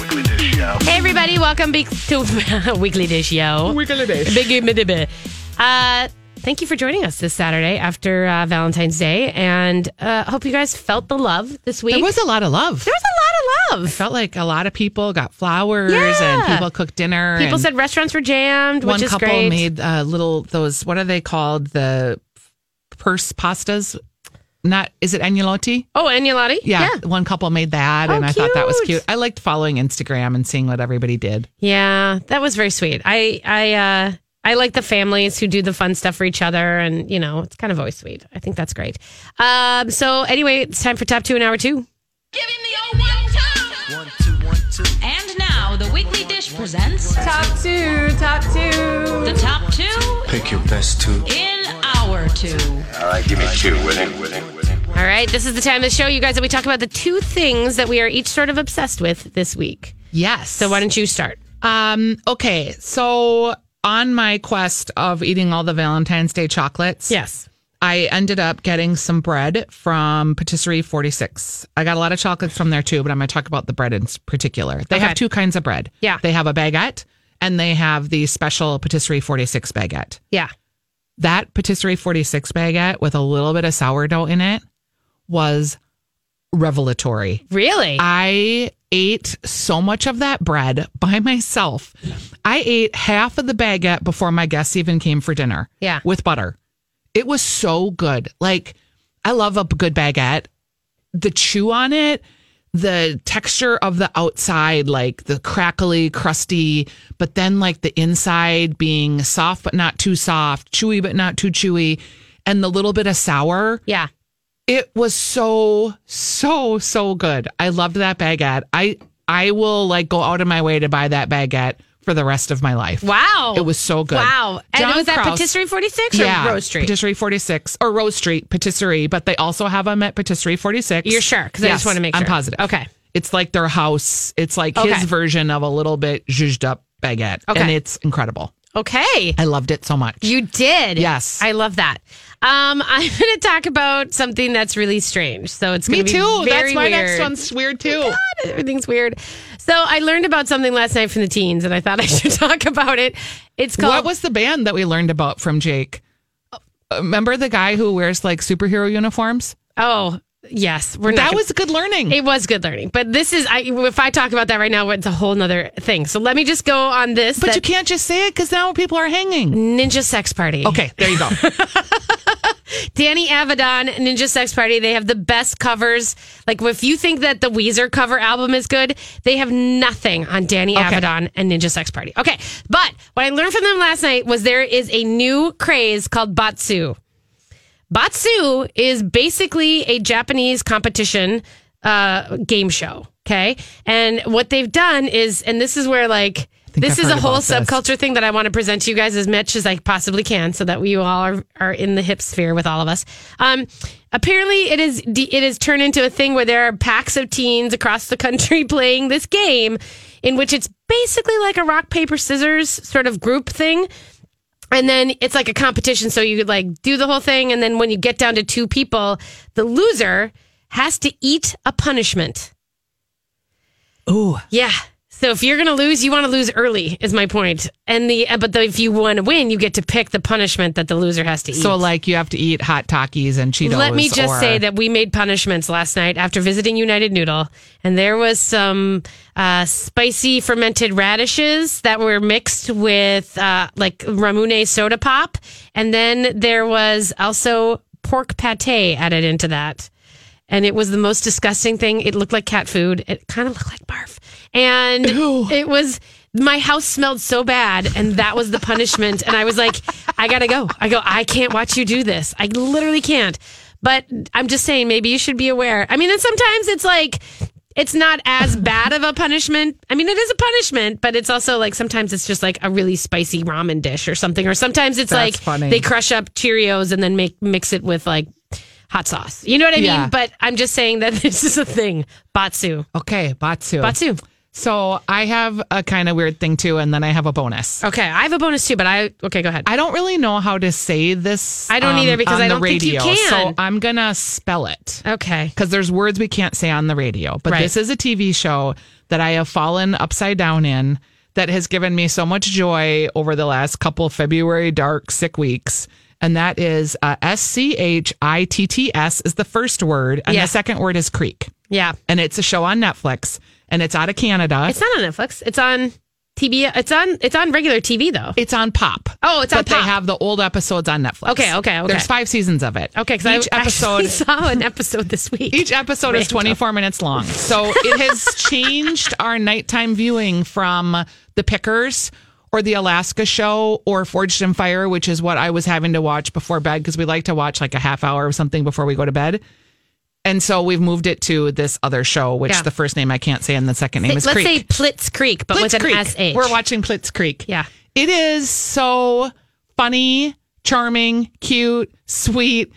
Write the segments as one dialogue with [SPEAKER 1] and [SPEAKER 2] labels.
[SPEAKER 1] Weekly Dish Show.
[SPEAKER 2] Hey, everybody, welcome be- to Weekly Dish Yo.
[SPEAKER 3] Weekly Dish.
[SPEAKER 2] Big Midibe. Uh, thank you for joining us this Saturday after uh, Valentine's Day. And uh, hope you guys felt the love this week.
[SPEAKER 3] There was a lot of love.
[SPEAKER 2] There was a lot of love.
[SPEAKER 3] Felt like a lot of people got flowers and
[SPEAKER 2] Yeah.
[SPEAKER 3] people cooked dinner.
[SPEAKER 2] People
[SPEAKER 3] and
[SPEAKER 2] said restaurants were jammed,
[SPEAKER 3] one
[SPEAKER 2] which is
[SPEAKER 3] couple
[SPEAKER 2] great.
[SPEAKER 3] made uh, little those. What are they called? The purse pastas. Not is it agnolotti?
[SPEAKER 2] oh, and Yolati?
[SPEAKER 3] Yeah, one couple made that,
[SPEAKER 2] Oh,
[SPEAKER 3] and I thought that was
[SPEAKER 2] cute.
[SPEAKER 3] cute. I liked following Instagram and seeing what everybody did.
[SPEAKER 2] Yeah, that was very sweet. I I uh I like the families who do the fun stuff for each other and you know, it's kind of always sweet. I think that's great. Um so anyway, it's time for top 2 and hour 2.
[SPEAKER 4] Give him the old one time.
[SPEAKER 1] One, two, one, two.
[SPEAKER 4] And now the Weekly Dish presents
[SPEAKER 2] Top 2, top 2.
[SPEAKER 4] the top two
[SPEAKER 1] Pick your best two.
[SPEAKER 4] in our two.
[SPEAKER 5] All right, give me two with him, with him, with him.
[SPEAKER 2] All right, this is the time of the show you guys that we talk about the two things that we are each sort of obsessed with this week.
[SPEAKER 3] Yes.
[SPEAKER 2] So why don't you start?
[SPEAKER 3] Um, okay, so on my quest of eating all the Valentine's Day chocolates,
[SPEAKER 2] Yes.
[SPEAKER 3] I ended up getting some bread from Patisserie 46. I got a lot of chocolates from there too, but I'm going to talk about the bread in particular. They
[SPEAKER 2] Okay.
[SPEAKER 3] have two kinds of bread.
[SPEAKER 2] Yeah.
[SPEAKER 3] They have a baguette and they have the special Patisserie 46 baguette.
[SPEAKER 2] Yeah.
[SPEAKER 3] That Patisserie 46 baguette with a little bit of sourdough in it was revelatory.
[SPEAKER 2] Really?
[SPEAKER 3] I ate so much of that bread by myself. I ate half of the baguette before my guests even came for dinner.
[SPEAKER 2] Yeah.
[SPEAKER 3] With butter. It was so good. Like, I love a good baguette. The chew on it, the texture of the outside, like the crackly, crusty, but then like the inside being soft but not too soft, chewy but not too chewy, and the little bit of sour
[SPEAKER 2] yeah.
[SPEAKER 3] it was so so so good i loved that baguette i i will like go out of my way to buy that baguette for the rest of my life
[SPEAKER 2] Wow.
[SPEAKER 3] it was so good
[SPEAKER 2] Wow. And
[SPEAKER 3] John
[SPEAKER 2] was that
[SPEAKER 3] Krause-
[SPEAKER 2] Patisserie 46 or
[SPEAKER 3] yeah,
[SPEAKER 2] Rose Street?
[SPEAKER 3] Patisserie 46 or Rose Street Patisserie, but they also have them at Patisserie 46.
[SPEAKER 2] You're sure? 'Cause I just wanna make
[SPEAKER 3] I'm
[SPEAKER 2] sure.
[SPEAKER 3] positive.
[SPEAKER 2] Okay.
[SPEAKER 3] It's like their house. It's like
[SPEAKER 2] Okay.
[SPEAKER 3] his version of a little bit zhuzhed up baguette.
[SPEAKER 2] Okay.
[SPEAKER 3] And it's incredible.
[SPEAKER 2] okay.
[SPEAKER 3] I loved it so much.
[SPEAKER 2] You did.
[SPEAKER 3] Yes.
[SPEAKER 2] I love that. Um, I'm going to talk about something that's really strange. So it's
[SPEAKER 3] Me
[SPEAKER 2] going to be
[SPEAKER 3] too.
[SPEAKER 2] Very
[SPEAKER 3] That's my
[SPEAKER 2] weird.
[SPEAKER 3] next one's weird too.
[SPEAKER 2] Everything's weird. So I learned about something last night from the teens, and I thought I should talk about it. It's called.
[SPEAKER 3] What was the band that we learned about from Jake? Uh, Remember the guy who wears like superhero uniforms?
[SPEAKER 2] Oh yes, we're not.
[SPEAKER 3] That
[SPEAKER 2] gonna-
[SPEAKER 3] was good learning.
[SPEAKER 2] It was good learning, but this is. I, if I talk about that right now, it's a whole nother thing. So let me just go on this.
[SPEAKER 3] but
[SPEAKER 2] that
[SPEAKER 3] you can't just say it because now people are hanging.
[SPEAKER 2] ninja sex party.
[SPEAKER 3] Okay, there you go.
[SPEAKER 2] Danny Avedon, Ninja Sex Party. They have the best covers. Like if you think that the Weezer cover album is good, they have nothing on Danny Avedon and Ninja Sex Party. Okay, but what I learned from them last night was there is a new craze called Batsu. Batsu is basically a Japanese competition uh, game show. Okay, and what they've done is, and this is where like.
[SPEAKER 3] think
[SPEAKER 2] This
[SPEAKER 3] I've
[SPEAKER 2] is a
[SPEAKER 3] heard
[SPEAKER 2] whole
[SPEAKER 3] about this.
[SPEAKER 2] subculture thing that I want to present to you guys as much as I possibly can, so that you all are, are in the hip sphere with all of us. Um, apparently, it is it is turned into a thing where there are packs of teens across the country playing this game, in which it's basically like a rock paper scissors sort of group thing, and then it's like a competition so you could like do the whole thing and then when you get down to two people the loser has to eat a punishment
[SPEAKER 3] Ooh.
[SPEAKER 2] yeah so if you're gonna lose you want to lose early is my point and the uh, but the, if you want to win you get to pick the punishment that the loser has to eat
[SPEAKER 3] So like you have to eat hot Takis and Cheetos.
[SPEAKER 2] let me just
[SPEAKER 3] or-
[SPEAKER 2] say that we made punishments last night after visiting United Noodle, and there was some uh, spicy fermented radishes that were mixed with uh, like Ramune soda pop, and then there was also pork pate added into that. And it was the most disgusting thing. It looked like cat food. It kind of looked like barf. And it was, my house smelled so bad. And that was the punishment. and I was like, I got to go. I go, I can't watch you do this. I literally can't. But I'm just saying, maybe you should be aware. I mean, and sometimes it's like, it's not as bad of a punishment. I mean, it is a punishment, but it's also like sometimes it's just like a really spicy ramen dish or something. Or sometimes it's
[SPEAKER 3] That's
[SPEAKER 2] like
[SPEAKER 3] funny.
[SPEAKER 2] they crush up Cheerios and then make mix it with like hot sauce. You know what I
[SPEAKER 3] Yeah. Oh.
[SPEAKER 2] mean? But I'm just saying that this is a thing. Batsu.
[SPEAKER 3] Okay, Batsu.
[SPEAKER 2] Batsu.
[SPEAKER 3] So I have a kind of weird thing too, and then I have a bonus.
[SPEAKER 2] Okay, I have a bonus too, but I okay, go ahead.
[SPEAKER 3] I don't really know how to say this.
[SPEAKER 2] I don't either because
[SPEAKER 3] on
[SPEAKER 2] I
[SPEAKER 3] the
[SPEAKER 2] don't think you
[SPEAKER 3] radio,
[SPEAKER 2] can.
[SPEAKER 3] So I'm gonna spell it
[SPEAKER 2] okay.
[SPEAKER 3] because there's words we can't say on the radio. But
[SPEAKER 2] Right.
[SPEAKER 3] this is a TV show that I have fallen upside down in that has given me so much joy over the last couple February dark sick weeks. And that is uh, S C H I T T S is the first word, and
[SPEAKER 2] Yeah.
[SPEAKER 3] the second word is creek.
[SPEAKER 2] Yeah.
[SPEAKER 3] And it's a show on Netflix, and it's out of Canada.
[SPEAKER 2] It's not on Netflix. It's on TV. It's on it's on regular TV though.
[SPEAKER 3] It's on Pop.
[SPEAKER 2] Oh, it's on
[SPEAKER 3] but
[SPEAKER 2] Pop.
[SPEAKER 3] they have the old episodes on Netflix.
[SPEAKER 2] Okay, okay, okay.
[SPEAKER 3] There's five seasons of it.
[SPEAKER 2] Okay, because
[SPEAKER 3] each
[SPEAKER 2] I actually
[SPEAKER 3] episode
[SPEAKER 2] saw an episode this week.
[SPEAKER 3] each episode is 24 minutes long. So it has changed our nighttime viewing from The Pickers or The Alaska Show or Forged in Fire, which is what I was having to watch before bed because we like to watch like a half hour or something before we go to bed. And so we've moved it to this other show, which
[SPEAKER 2] Yeah.
[SPEAKER 3] the first name I can't say and the second name is
[SPEAKER 2] Let's
[SPEAKER 3] Creek.
[SPEAKER 2] say Plitz Creek, but with an
[SPEAKER 3] Creek.
[SPEAKER 2] SH.
[SPEAKER 3] We're watching Plitz Creek.
[SPEAKER 2] Yeah.
[SPEAKER 3] It is so funny, charming, cute, sweet.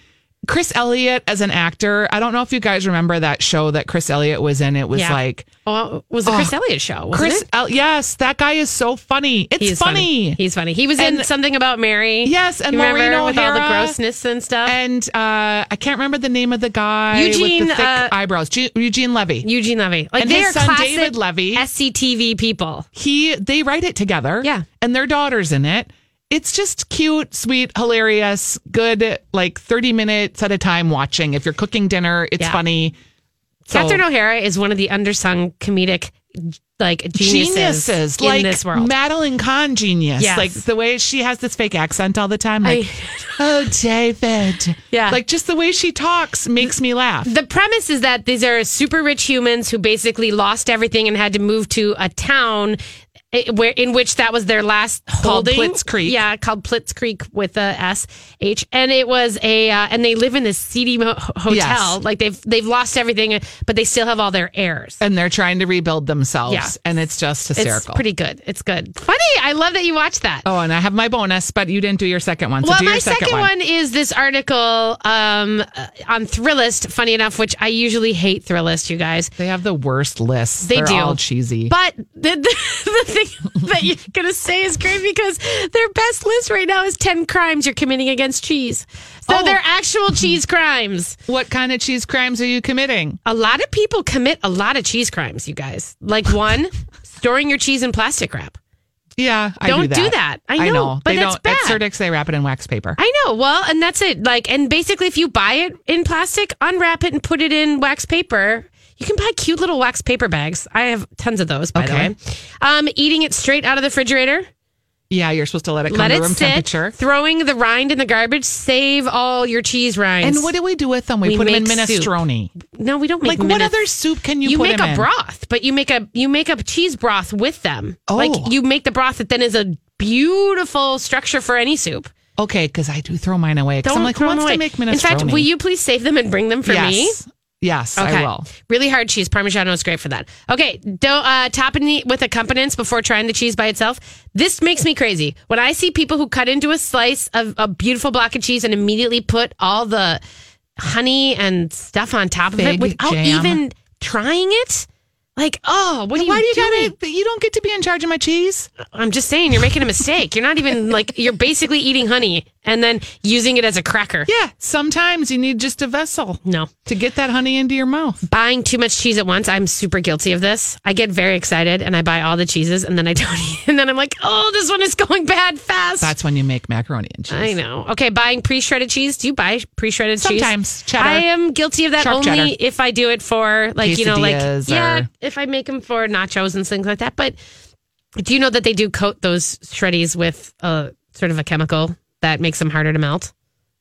[SPEAKER 3] Chris Elliott as an actor. I don't know if you guys remember that show that Chris Elliott was in. It was
[SPEAKER 2] Yeah.
[SPEAKER 3] like
[SPEAKER 2] Oh, it was the Chris Elliott show? Wasn't
[SPEAKER 3] Chris.
[SPEAKER 2] it?
[SPEAKER 3] El- yes, that guy is so funny. It's
[SPEAKER 2] He's
[SPEAKER 3] funny.
[SPEAKER 2] He's funny. He was in
[SPEAKER 3] And-
[SPEAKER 2] something about Mary.
[SPEAKER 3] Yes, and
[SPEAKER 2] You remember
[SPEAKER 3] Maureen
[SPEAKER 2] with all the
[SPEAKER 3] O'Hara.
[SPEAKER 2] grossness and stuff.
[SPEAKER 3] And uh, I can't remember the name of the guy
[SPEAKER 2] Eugene,
[SPEAKER 3] with the thick
[SPEAKER 2] uh,
[SPEAKER 3] eyebrows. G- Eugene Levy.
[SPEAKER 2] Eugene Levy, like
[SPEAKER 3] And
[SPEAKER 2] they
[SPEAKER 3] his
[SPEAKER 2] are
[SPEAKER 3] son,
[SPEAKER 2] classic
[SPEAKER 3] David Levy.
[SPEAKER 2] SCTV people.
[SPEAKER 3] he they write it together.
[SPEAKER 2] Yeah.
[SPEAKER 3] And their daughter's in it. It's just cute, sweet, hilarious, good, like 30 minutes at a time watching. If you're cooking dinner, it's
[SPEAKER 2] Yeah.
[SPEAKER 3] funny. So-
[SPEAKER 2] Catherine O'Hara is one of the undersung comedic like geniuses, in
[SPEAKER 3] like
[SPEAKER 2] this world.
[SPEAKER 3] Madeline Kahn genius.
[SPEAKER 2] Yes.
[SPEAKER 3] Like the way she has this fake accent all the time.
[SPEAKER 2] I-
[SPEAKER 3] Like, oh, David.
[SPEAKER 2] Yeah.
[SPEAKER 3] Like just the way she talks makes me laugh.
[SPEAKER 2] the premise is that these are super rich humans who basically lost everything and had to move to a town eh, where in which that was their last
[SPEAKER 3] Called
[SPEAKER 2] holding.
[SPEAKER 3] Plitz Creek.
[SPEAKER 2] Yeah, called Plitz Creek with a S H, and it was a uh, and they live in this seedy mo- hotel.
[SPEAKER 3] Yes.
[SPEAKER 2] Like they've they've lost everything, but they still have all their heirs.
[SPEAKER 3] and they're trying to rebuild themselves.
[SPEAKER 2] Yeah.
[SPEAKER 3] And it's just
[SPEAKER 2] It's
[SPEAKER 3] hysterical.
[SPEAKER 2] pretty good. It's good. Funny. I love that you watched that.
[SPEAKER 3] Oh, and I have my bonus, but you didn't do your second one. So
[SPEAKER 2] well,
[SPEAKER 3] do your
[SPEAKER 2] my second,
[SPEAKER 3] one.
[SPEAKER 2] one. is this article um, uh, on Thrillist. Funny enough, which I usually hate Thrillist, you guys.
[SPEAKER 3] They have the worst lists.
[SPEAKER 2] They
[SPEAKER 3] They're
[SPEAKER 2] do.
[SPEAKER 3] all cheesy.
[SPEAKER 2] But the, the, the thing that you're going to say is great because their best list right now is 10 crimes you're committing against cheese. So
[SPEAKER 3] Oh.
[SPEAKER 2] they're actual cheese crimes.
[SPEAKER 3] what kind of cheese crimes are you committing?
[SPEAKER 2] A lot of people commit a lot of cheese crimes, you guys. Like one, storing your cheese in plastic wrap.
[SPEAKER 3] Yeah, I
[SPEAKER 2] Don't
[SPEAKER 3] do that.
[SPEAKER 2] do that. I know, but
[SPEAKER 3] they
[SPEAKER 2] that's
[SPEAKER 3] don't. At
[SPEAKER 2] bad.
[SPEAKER 3] Certix, they wrap it in wax paper.
[SPEAKER 2] I know. Well, and that's it. Like, and basically, if you buy it in plastic, unwrap it and put it in wax paper. You can buy cute little wax paper bags. I have tons of those, by
[SPEAKER 3] Okay.
[SPEAKER 2] the way. Um, eating it straight out of the refrigerator.
[SPEAKER 3] yeah, you're supposed to let it come
[SPEAKER 2] Let
[SPEAKER 3] to
[SPEAKER 2] it
[SPEAKER 3] room
[SPEAKER 2] sit.
[SPEAKER 3] temperature.
[SPEAKER 2] Throwing the rind in the garbage. Save all your cheese rinds.
[SPEAKER 3] and what do we do with them? We,
[SPEAKER 2] We
[SPEAKER 3] put them in
[SPEAKER 2] make soup.
[SPEAKER 3] minestrone.
[SPEAKER 2] No, we don't make.
[SPEAKER 3] Like, what
[SPEAKER 2] minute-
[SPEAKER 3] other soup can you,
[SPEAKER 2] You
[SPEAKER 3] put
[SPEAKER 2] make
[SPEAKER 3] them
[SPEAKER 2] a
[SPEAKER 3] in?
[SPEAKER 2] broth, but you make a you make a cheese broth with them.
[SPEAKER 3] Oh.
[SPEAKER 2] Like you make the broth that then is a beautiful structure for any soup.
[SPEAKER 3] Okay, because I do throw mine away. Because
[SPEAKER 2] Don't
[SPEAKER 3] I'm like, who
[SPEAKER 2] throw them
[SPEAKER 3] wants
[SPEAKER 2] away.
[SPEAKER 3] to make minestrone?
[SPEAKER 2] In fact, will you please save them and bring them for me?
[SPEAKER 3] yes. Yes, I will.
[SPEAKER 2] Really hard cheese. Parmigiano is great for that. Okay. Don't uh, topping it with accompaniments before trying the cheese by itself. This makes me crazy. When I see people who cut into a slice of a beautiful block of cheese and immediately put all the honey and stuff on top of it
[SPEAKER 3] Fig
[SPEAKER 2] without
[SPEAKER 3] jam.
[SPEAKER 2] even trying it, like, oh, what are you
[SPEAKER 3] Why do you
[SPEAKER 2] doing?
[SPEAKER 3] gotta? You don't get to be in charge of my cheese.
[SPEAKER 2] I'm just saying, you're making a mistake. You're not even like you're basically eating honey and then using it as a cracker.
[SPEAKER 3] Yeah, sometimes you need just a vessel
[SPEAKER 2] No.
[SPEAKER 3] to get that honey into your mouth.
[SPEAKER 2] buying too much cheese at once. I'm super guilty of this. I get very excited and I buy all the cheeses and then I don't eat. And then I'm like, oh, this one is going bad fast.
[SPEAKER 3] That's when you make macaroni and cheese.
[SPEAKER 2] I know. Okay, buying pre shredded cheese. Do you buy pre shredded cheese?
[SPEAKER 3] Sometimes, cheddar.
[SPEAKER 2] I am guilty of that
[SPEAKER 3] Sharp
[SPEAKER 2] only
[SPEAKER 3] cheddar.
[SPEAKER 2] if I do it for, like, you know, like,
[SPEAKER 3] Quesadillas
[SPEAKER 2] yeah,
[SPEAKER 3] or-
[SPEAKER 2] if I make them for nachos and things like that. But do you know that they do coat those shreddies with a sort of a chemical that makes them harder to melt?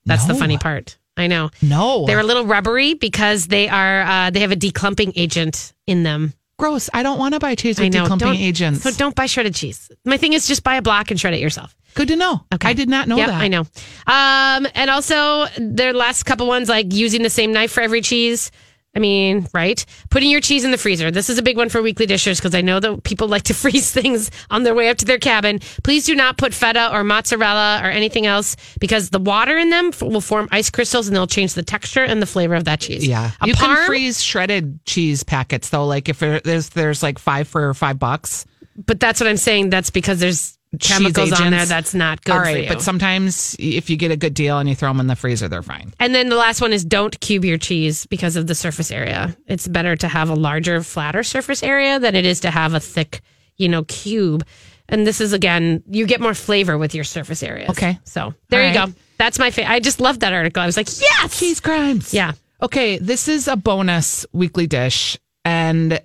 [SPEAKER 2] That's the
[SPEAKER 3] No.
[SPEAKER 2] funny part. I know.
[SPEAKER 3] No,
[SPEAKER 2] They're a little rubbery because they are uh, they have a declumping agent in them.
[SPEAKER 3] gross. I don't want to buy cheese with
[SPEAKER 2] I know.
[SPEAKER 3] declumping
[SPEAKER 2] don't-
[SPEAKER 3] agents.
[SPEAKER 2] So don't buy shredded cheese. My thing is just buy a block and shred it yourself.
[SPEAKER 3] Good to know. I did not know
[SPEAKER 2] Yep,
[SPEAKER 3] that.
[SPEAKER 2] I know. Um, and also their last couple ones like using the same knife for every cheese. I mean, right? Putting your cheese in the freezer. This is a big one for weekly dishers because I know that people like to freeze things on their way up to their cabin. Please do not put feta or mozzarella or anything else because the water in them f- will form ice crystals and they'll change the texture and the flavor of that cheese.
[SPEAKER 3] Yeah,
[SPEAKER 2] A
[SPEAKER 3] you
[SPEAKER 2] parm,
[SPEAKER 3] can freeze shredded cheese packets though. Like if there- there's there's like five for five bucks.
[SPEAKER 2] but that's what I'm saying. That's because there's
[SPEAKER 3] Cheese
[SPEAKER 2] chemicals on there
[SPEAKER 3] agents.
[SPEAKER 2] that's not good
[SPEAKER 3] All
[SPEAKER 2] for
[SPEAKER 3] right,
[SPEAKER 2] you.
[SPEAKER 3] but sometimes if you get a good deal and you throw them in the freezer, they're fine.
[SPEAKER 2] And then the last one is don't cube your cheese because of the surface area. It's better to have a larger, flatter surface area than it is to have a thick, you know, cube. And this is again, you get more flavor with your surface areas.
[SPEAKER 3] Okay.
[SPEAKER 2] So there
[SPEAKER 3] All
[SPEAKER 2] you
[SPEAKER 3] right.
[SPEAKER 2] go. That's my favorite. I just loved that article. I was like, yes.
[SPEAKER 3] Cheese crimes.
[SPEAKER 2] Yeah.
[SPEAKER 3] Okay, this is a bonus weekly dish, and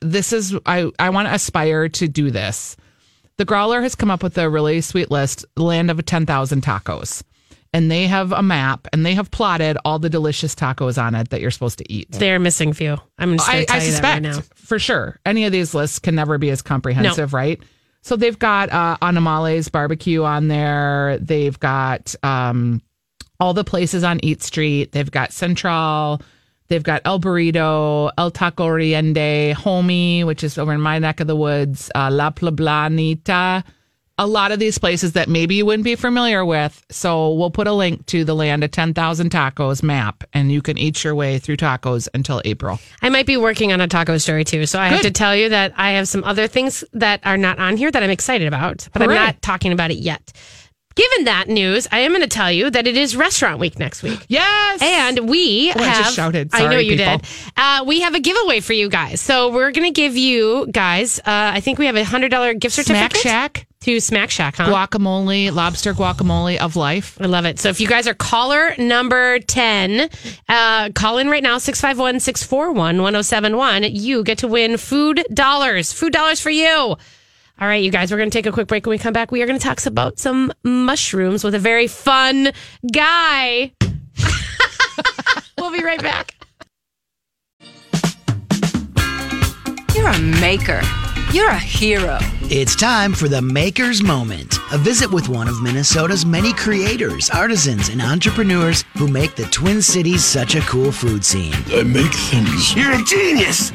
[SPEAKER 3] this is I I want to aspire to do this. The Growler has come up with a really sweet list, Land of Ten Thousand Tacos, and they have a map and they have plotted all the delicious tacos on it that you're supposed to eat.
[SPEAKER 2] They're missing few. I'm just going
[SPEAKER 3] I,
[SPEAKER 2] to tell
[SPEAKER 3] I
[SPEAKER 2] you
[SPEAKER 3] suspect
[SPEAKER 2] that right now.
[SPEAKER 3] for sure. Any of these lists can never be as comprehensive, right? So they've got uh, Anamale's barbecue on there. They've got um, all the places on Eat Street. They've got Central. They've got El Burrito, El Taco Riende, Homie, which is over in my neck of the woods, uh, La Plablanita. A lot of these places that maybe you wouldn't be familiar with. So we'll put a link to the Land of 10,000 Tacos map, and you can eat your way through tacos until April.
[SPEAKER 2] I might be working on a taco story too. So I have to
[SPEAKER 3] Good.
[SPEAKER 2] tell you that I have some other things that are not on here that I'm excited about, but
[SPEAKER 3] Hooray.
[SPEAKER 2] I'm not talking about it yet. Given that news, I am going to tell you that it is restaurant week next week.
[SPEAKER 3] Yes.
[SPEAKER 2] And we
[SPEAKER 3] Oh, I
[SPEAKER 2] have.
[SPEAKER 3] just shouted.
[SPEAKER 2] I know
[SPEAKER 3] Sorry,
[SPEAKER 2] you
[SPEAKER 3] people.
[SPEAKER 2] did. Uh, we have a giveaway for you guys. So we're going to give you guys. Uh, I think we have a hundred dollar gift
[SPEAKER 3] Smack
[SPEAKER 2] certificate
[SPEAKER 3] Shack
[SPEAKER 2] to Smack Shack. Huh?
[SPEAKER 3] guacamole, lobster guacamole of life.
[SPEAKER 2] I love it. So if you guys are caller number 10, uh, call in right now, 651 641 1071. You get to win food dollars. Food dollars for you. All right, you guys, we're going to take a quick break. When we come back, we are going to talk about some mushrooms with a very fun guy. we'll be right back.
[SPEAKER 6] You're a maker. You're a hero.
[SPEAKER 7] It's time for the Maker's Moment, a visit with one of Minnesota's many creators, artisans, and entrepreneurs who make the Twin Cities such a cool food scene.
[SPEAKER 1] I make things.
[SPEAKER 5] You're a genius!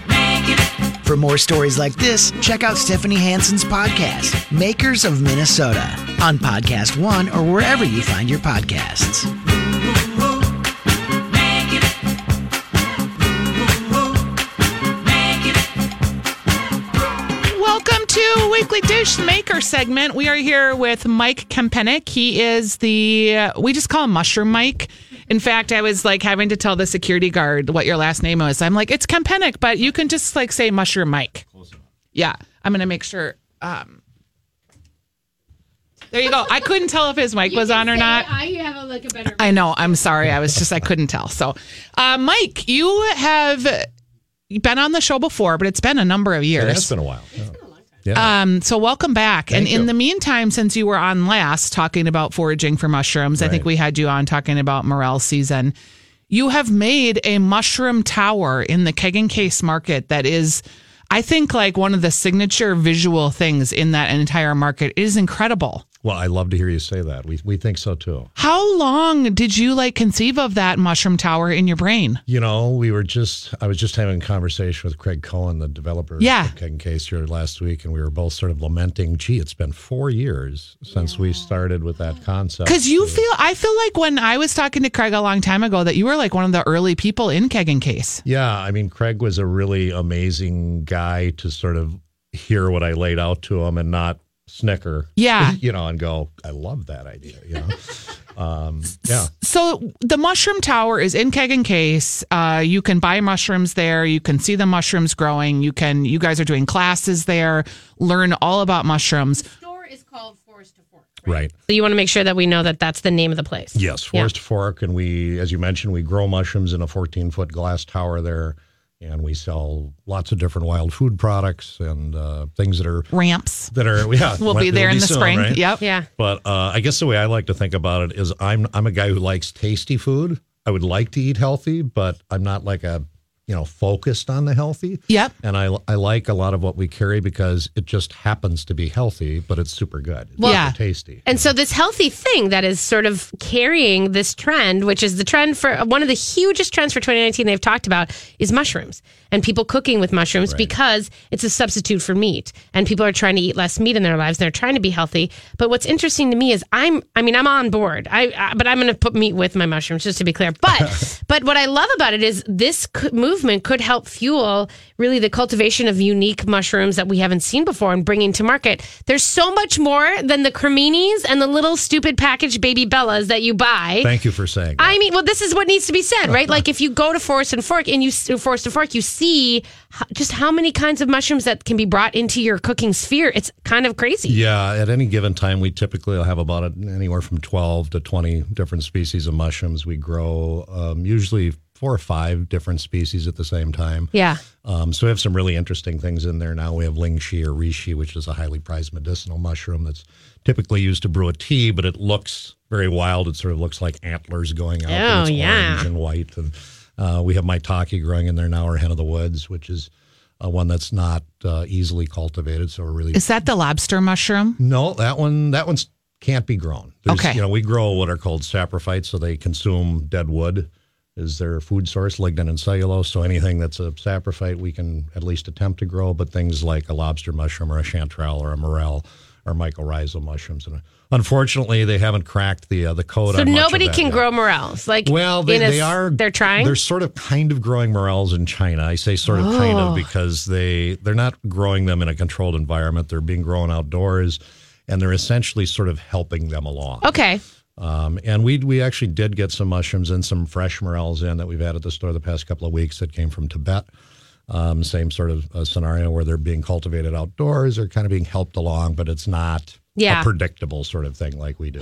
[SPEAKER 7] For more stories like this, check out Stephanie Hansen's podcast, Makers of Minnesota, on Podcast One or wherever you find your podcasts.
[SPEAKER 3] Welcome to Weekly Dish Maker segment. We are here with Mike Kempenick. He is the, uh, we just call him Mushroom Mike. In fact, I was like having to tell the security guard what your last name was. I'm like, it's Kempenick, but you can just like say Mushroom Mike. Yeah, I'm going to make sure. Um, there you go. I couldn't tell if his mic was on or not.
[SPEAKER 2] I have a, like a better.
[SPEAKER 3] I know. I'm sorry. I was just, I couldn't tell. So, uh, Mike, you have been on the show before, but it's been a number of years.
[SPEAKER 8] That's been a while. Yeah. Yeah.
[SPEAKER 3] Um, so, welcome back. and
[SPEAKER 8] Thank
[SPEAKER 3] in
[SPEAKER 8] you.
[SPEAKER 3] the meantime, since you were on last talking about foraging for mushrooms, I think
[SPEAKER 8] Right.
[SPEAKER 3] we had you on talking about morel season. You have made a mushroom tower in the keg and case market that is. I think like one of the signature visual things in that entire market It is incredible.
[SPEAKER 8] well, I love to hear you say that. We we think so too.
[SPEAKER 3] How long did you like conceive of that mushroom tower in your brain?
[SPEAKER 8] You know, we were just I was just having a conversation with Craig Cohen, the developer
[SPEAKER 3] Yeah.
[SPEAKER 8] of Keg and Case here last week, and we were both sort of lamenting, gee, it's been four years since we started with that concept.
[SPEAKER 3] Because you feel, I feel like when I was talking to Craig a long time ago, that you were like one of the early people in keg and case.
[SPEAKER 8] Yeah, I mean, Craig was a really amazing guy to sort of hear what I laid out to him and not snicker.
[SPEAKER 3] Yeah.
[SPEAKER 8] you know, and go, I love that idea. You know, um, yeah,
[SPEAKER 3] So the mushroom tower is in keg and case. Uh, you can buy mushrooms there. You can see the mushrooms growing. You can, you guys are doing classes there, learn all about mushrooms.
[SPEAKER 2] store is called Forest to Fork.
[SPEAKER 8] right.
[SPEAKER 2] So you want to make sure that we know that that's the name of the place.
[SPEAKER 8] Yes, Forest Fork, and we, as you mentioned, we grow mushrooms in a 14 foot glass tower there, and we sell lots of different wild food products and uh, things that are
[SPEAKER 3] Ramps
[SPEAKER 8] that are yeah.
[SPEAKER 3] will
[SPEAKER 8] might-
[SPEAKER 3] be there
[SPEAKER 8] they'll
[SPEAKER 3] in the
[SPEAKER 8] soon,
[SPEAKER 3] spring.
[SPEAKER 8] right?
[SPEAKER 3] Yep.
[SPEAKER 2] Yeah.
[SPEAKER 8] But uh, I guess the way I like to think about it is I'm I'm a guy who likes tasty food. I would like to eat healthy, but I'm not like a you know focused on the healthy.
[SPEAKER 3] Yep.
[SPEAKER 8] And I I like a lot of what we carry because it just happens to be healthy, but it's super good. It's
[SPEAKER 3] Well-
[SPEAKER 8] super
[SPEAKER 3] Yeah.
[SPEAKER 8] tasty.
[SPEAKER 2] And so this healthy thing that is sort of carrying this trend, which is the trend for uh, one of the hugest trends for 2019 they've talked about is mushrooms and people cooking with mushrooms because it's a substitute for meat and people are trying to eat less meat in their lives and they're trying to be healthy. But what's interesting to me is I'm I mean I'm on board. I, I but I'm going to put meat with my mushrooms just to be clear. But but what I love about it is this c- movement could help fuel really the cultivation of unique mushrooms that we haven't seen before and bringing to market. There's so much more than the creminis and the little stupid packaged baby bellas that you buy.
[SPEAKER 8] Thank you for saying. that.
[SPEAKER 2] I mean, well, this is what needs to be said, right? like, if you go to Forest and Fork and you Forest and Fork, you see h- just how many kinds of mushrooms that can be brought into your cooking sphere. It's kind of crazy.
[SPEAKER 8] Yeah, at any given time, we typically will have about anywhere from 12 to 20 different species of mushrooms. We grow um, usually four or five different species at the same time.
[SPEAKER 2] Yeah.
[SPEAKER 8] Um, so we have some really interesting things in there now. We have lingxi or reishi, which is a highly prized medicinal mushroom that's typically used to brew a tea, but it looks very wild. It sort of looks like antlers going out. and
[SPEAKER 2] Oh,
[SPEAKER 8] it's
[SPEAKER 2] yeah.
[SPEAKER 8] Orange and white. And uh, we have maitake growing in there now, or hen of the woods, which is uh, one that's not uh, easily cultivated. So we're really
[SPEAKER 3] Is that the lobster mushroom?
[SPEAKER 8] no, that one that one's can't be grown. There's,
[SPEAKER 3] Okay.
[SPEAKER 8] You know, we grow what are called saprophytes, so they consume dead wood is their food source, lignin and cellulose. So anything that's a saprophyte we can at least attempt to grow, but things like a lobster mushroom or a chanterelle or a morel or mycorrhizal mushrooms. And unfortunately, they haven't cracked the uh, the code.
[SPEAKER 2] So
[SPEAKER 8] on much of
[SPEAKER 2] nobody
[SPEAKER 8] that
[SPEAKER 2] can
[SPEAKER 8] yet.
[SPEAKER 2] grow morels. Like,
[SPEAKER 8] Well, they,
[SPEAKER 2] in a s-
[SPEAKER 8] they are.
[SPEAKER 2] They're trying.
[SPEAKER 8] They're sort of kind of growing morels in China. I say sort of kind
[SPEAKER 2] Oh.
[SPEAKER 8] of because they they're not growing them in a controlled environment. They're being grown outdoors, and they're essentially sort of helping them along.
[SPEAKER 2] okay.
[SPEAKER 8] Um, and we we actually did get some mushrooms and some fresh morels in that we've had at the store the past couple of weeks that came from Tibet. Um, same sort of uh, scenario where they're being cultivated outdoors. They're kind of being helped along, but it's not
[SPEAKER 2] Yeah.
[SPEAKER 8] a predictable sort of thing like we do.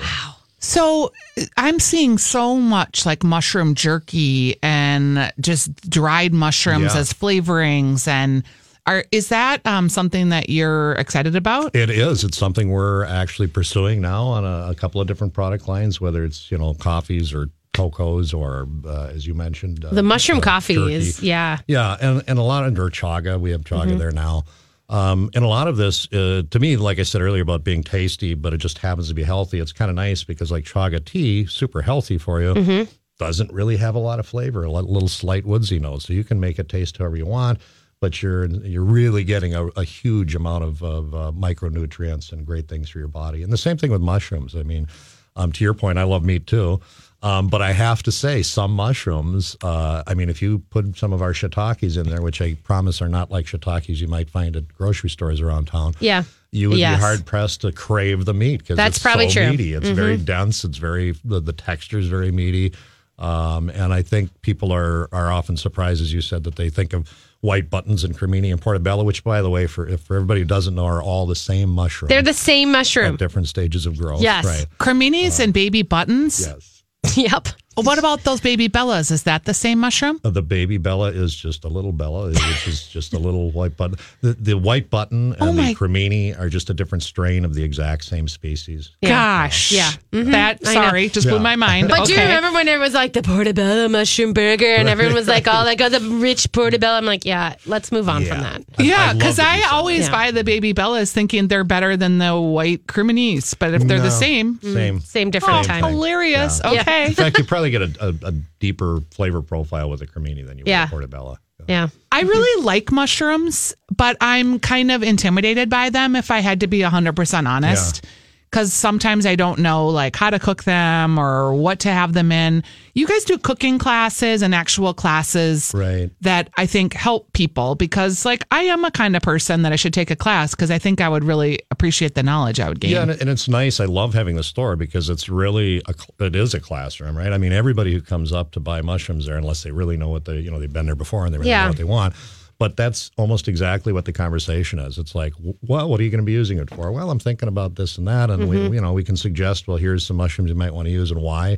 [SPEAKER 3] So I'm seeing so much like mushroom jerky and just dried mushrooms
[SPEAKER 8] Yeah.
[SPEAKER 3] as flavorings and are is that um, something that you're excited about?
[SPEAKER 8] It is. It's something we're actually pursuing now on a, a couple of different product lines, whether it's you know coffees or cocos or uh, as you mentioned uh,
[SPEAKER 2] The mushroom
[SPEAKER 8] uh,
[SPEAKER 2] coffee
[SPEAKER 8] jerky.
[SPEAKER 2] is, Mm-hmm. yeah.
[SPEAKER 8] Yeah, and, and a lot under chaga. We have chaga there now. Um, and a lot of this, uh, to me, like I said earlier about being tasty, but it just happens to be healthy. It's kind of nice because like chaga tea, super healthy for
[SPEAKER 2] Mm-hmm.
[SPEAKER 8] you, doesn't really have a lot of flavor, a lot- little slight woodsy notes. So you can make it taste however you want, but you're you're really getting a, a huge amount of, of uh, micronutrients and great things for your body. And the same thing with mushrooms. I mean, um, to your point, I love meat too. Um, but I have to say, some mushrooms, uh, I mean, if you put some of our shiitakes in there, which I promise are not like shiitakes you might find at grocery stores around town,
[SPEAKER 2] Yeah.
[SPEAKER 8] you would
[SPEAKER 2] Yes.
[SPEAKER 8] be hard pressed to crave the meat because
[SPEAKER 2] That's
[SPEAKER 8] it's
[SPEAKER 2] probably
[SPEAKER 8] so
[SPEAKER 2] true. Mm-hmm.
[SPEAKER 8] meaty. It's very dense. It's very, the, the texture is very meaty. Um, and I think people are, are often surprised, as you said, that they think of white buttons and cremini and portobello, which, by the way, for, if, for everybody who doesn't know, are all the same mushroom
[SPEAKER 2] They're the same
[SPEAKER 8] at
[SPEAKER 2] mushroom.
[SPEAKER 8] different stages of growth.
[SPEAKER 2] Yes.
[SPEAKER 8] Right.
[SPEAKER 3] Creminis and baby buttons.
[SPEAKER 8] Yes.
[SPEAKER 2] yep.
[SPEAKER 3] What about those baby bellas? Is that the same mushroom?
[SPEAKER 8] Uh, the baby Bella is just a little Bella, eh, which is just a little white button. The, the white button and
[SPEAKER 3] Oh my-
[SPEAKER 8] the cremini are just a different strain of the exact same species.
[SPEAKER 3] Gosh.
[SPEAKER 2] Yeah. Mm-hmm.
[SPEAKER 3] That
[SPEAKER 2] I know.
[SPEAKER 3] sorry, just blew
[SPEAKER 8] Yeah.
[SPEAKER 3] my mind.
[SPEAKER 2] But do you
[SPEAKER 3] Okay.
[SPEAKER 2] remember when it was like the portobello mushroom burger and everyone was like, all like, oh, the rich portobello? I'm like, yeah, let's move on from that.
[SPEAKER 8] I-
[SPEAKER 3] Yeah,
[SPEAKER 8] I love
[SPEAKER 3] because
[SPEAKER 8] that you
[SPEAKER 3] I,
[SPEAKER 8] said
[SPEAKER 3] always
[SPEAKER 2] Yeah.
[SPEAKER 3] buy the baby bellas thinking they're better than the white criminis, but if they're
[SPEAKER 8] No.
[SPEAKER 3] the same, oh,
[SPEAKER 8] that. Mm-hmm. Same.
[SPEAKER 2] Same different
[SPEAKER 8] Same
[SPEAKER 2] time.
[SPEAKER 8] thing.
[SPEAKER 3] hilarious. Okay.
[SPEAKER 8] In fact, you probably get a, a, a deeper flavor profile with a cremini than you
[SPEAKER 2] Yeah.
[SPEAKER 8] would with portobello.
[SPEAKER 2] Yeah.
[SPEAKER 3] I
[SPEAKER 8] Mm-hmm.
[SPEAKER 3] really like mushrooms, but I'm kind of intimidated by them if I had to be 100% honest. Because sometimes I don't know like how to cook them or what to have them in. You guys do cooking classes and actual classes
[SPEAKER 8] Right.
[SPEAKER 3] that I think help people because like I am a kind of person that I should take a class because I think I would really appreciate the knowledge I would gain.
[SPEAKER 8] Yeah, and, it- and it's nice. I love having the store because it's really a, cl- it is a classroom, right? I mean, everybody who comes up to buy mushrooms there, unless they really know what they you know they've been there before and they really
[SPEAKER 2] Yeah.
[SPEAKER 8] know what they want. But that's almost exactly what the conversation is. It's like, wh- well, what are you going to be using it for? Well, I'm thinking about this and that, and
[SPEAKER 3] Mm-hmm.
[SPEAKER 8] we you know we can suggest, well, here's some mushrooms you might want to use and why.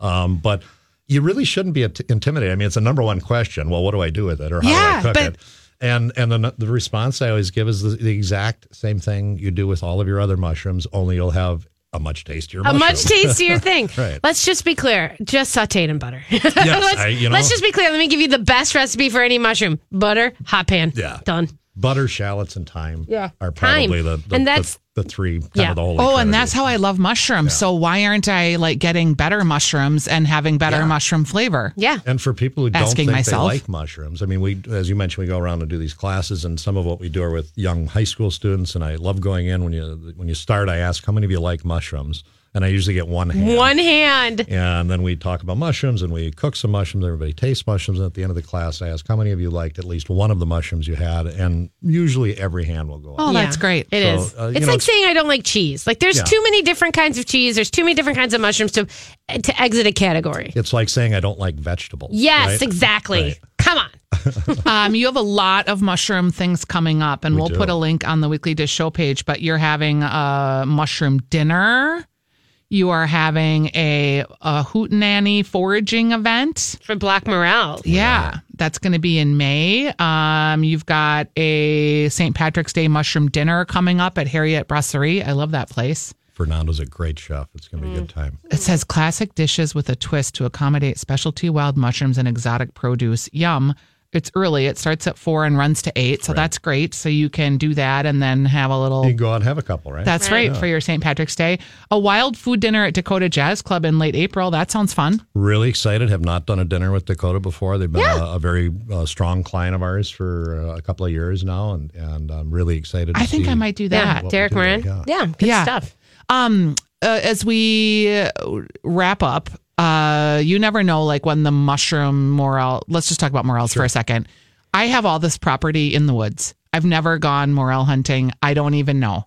[SPEAKER 8] Um, but you really shouldn't be at- intimidated. I mean, it's a number one question. Well, what do I do with it, or how
[SPEAKER 3] Yeah,
[SPEAKER 8] do I cook
[SPEAKER 3] but-
[SPEAKER 8] it? And and the, the response I always give is the, the exact same thing you do with all of your other mushrooms, only you'll have a much tastier
[SPEAKER 2] a much
[SPEAKER 8] mushroom.
[SPEAKER 2] tastier thing.
[SPEAKER 8] Right.
[SPEAKER 2] Let's just be clear. Just sauteed in butter. let's,
[SPEAKER 8] I- you know-
[SPEAKER 2] let's just be clear. Let me give you the best recipe for any mushroom: butter, hot pan.
[SPEAKER 8] Yeah.
[SPEAKER 2] done.
[SPEAKER 8] Butter, shallots, and thyme
[SPEAKER 2] Yeah.
[SPEAKER 8] are
[SPEAKER 2] Thyme.
[SPEAKER 8] probably the, the,
[SPEAKER 2] And
[SPEAKER 8] the-
[SPEAKER 2] that's-
[SPEAKER 8] the, three kind
[SPEAKER 2] Yeah.
[SPEAKER 8] of the holy
[SPEAKER 3] Oh, and
[SPEAKER 8] trinity.
[SPEAKER 3] that's how I love mushrooms. So why aren't I like getting better mushrooms and having better mushroom flavor?
[SPEAKER 2] Yeah,
[SPEAKER 8] And for people who don't
[SPEAKER 3] Asking
[SPEAKER 8] think
[SPEAKER 3] myself.
[SPEAKER 8] they like mushrooms, I mean, we, as you mentioned, we go around and do these classes, and some of what we do are with young high school students. And I love going in when you when you start. I ask how many of you like mushrooms, and I usually get one hand.
[SPEAKER 2] one hand.
[SPEAKER 8] And then we talk about mushrooms, and we cook some mushrooms. Everybody tastes mushrooms. And at the end of the class, I ask how many of you liked at least one of the mushrooms you had, and usually every hand will go up.
[SPEAKER 3] Oh, that's great.
[SPEAKER 2] It is.
[SPEAKER 8] So, uh, you
[SPEAKER 2] it's
[SPEAKER 8] know,
[SPEAKER 2] like
[SPEAKER 8] it's-
[SPEAKER 2] saying I don't like cheese. Like there's
[SPEAKER 8] Yeah.
[SPEAKER 2] too many different kinds of cheese. There's too many different kinds of mushrooms to to exit a category.
[SPEAKER 8] It's like saying I don't like vegetables.
[SPEAKER 2] Yes,
[SPEAKER 8] right?
[SPEAKER 2] exactly.
[SPEAKER 8] Right.
[SPEAKER 2] Come on.
[SPEAKER 3] Um, you have a lot of mushroom things coming up, and we will
[SPEAKER 8] do.
[SPEAKER 3] put a link on the weekly dish show page. But you're having a mushroom dinner. You are having a, a hootenanny foraging event.
[SPEAKER 2] For Black Morale.
[SPEAKER 3] Yeah, that's going to be in May. Um, you've got a St. Patrick's Day mushroom dinner coming up at Harriet Brasserie. I love that place.
[SPEAKER 8] Fernando's a great chef. It's going to be a good time.
[SPEAKER 3] It says classic dishes with a twist to accommodate specialty wild mushrooms and exotic produce. Yum. It's early. It starts at four and runs to eight. So that's great. So you can do that and then have a little.
[SPEAKER 8] You can go out and have a couple, right?
[SPEAKER 3] That's right, for your St. Patrick's Day. A wild food dinner at Dakota Jazz Club in late April. That sounds fun.
[SPEAKER 8] really excited. Have not done a dinner with Dakota before. They've been a, a very uh, strong client of ours for uh, a couple of years now, and and I'm really excited. To
[SPEAKER 3] I think
[SPEAKER 8] see-
[SPEAKER 3] I might do
[SPEAKER 2] Yeah.
[SPEAKER 3] that.
[SPEAKER 2] Derek
[SPEAKER 8] we do,
[SPEAKER 2] Moran.
[SPEAKER 8] yeah.
[SPEAKER 2] Yeah. Good
[SPEAKER 3] Yeah.
[SPEAKER 2] stuff.
[SPEAKER 3] uh, as we uh, wrap up, uh, you never know, like when the mushroom morel. Let's just talk about morels for a second. I have all this property in the woods. I've never gone morel hunting. I don't even know.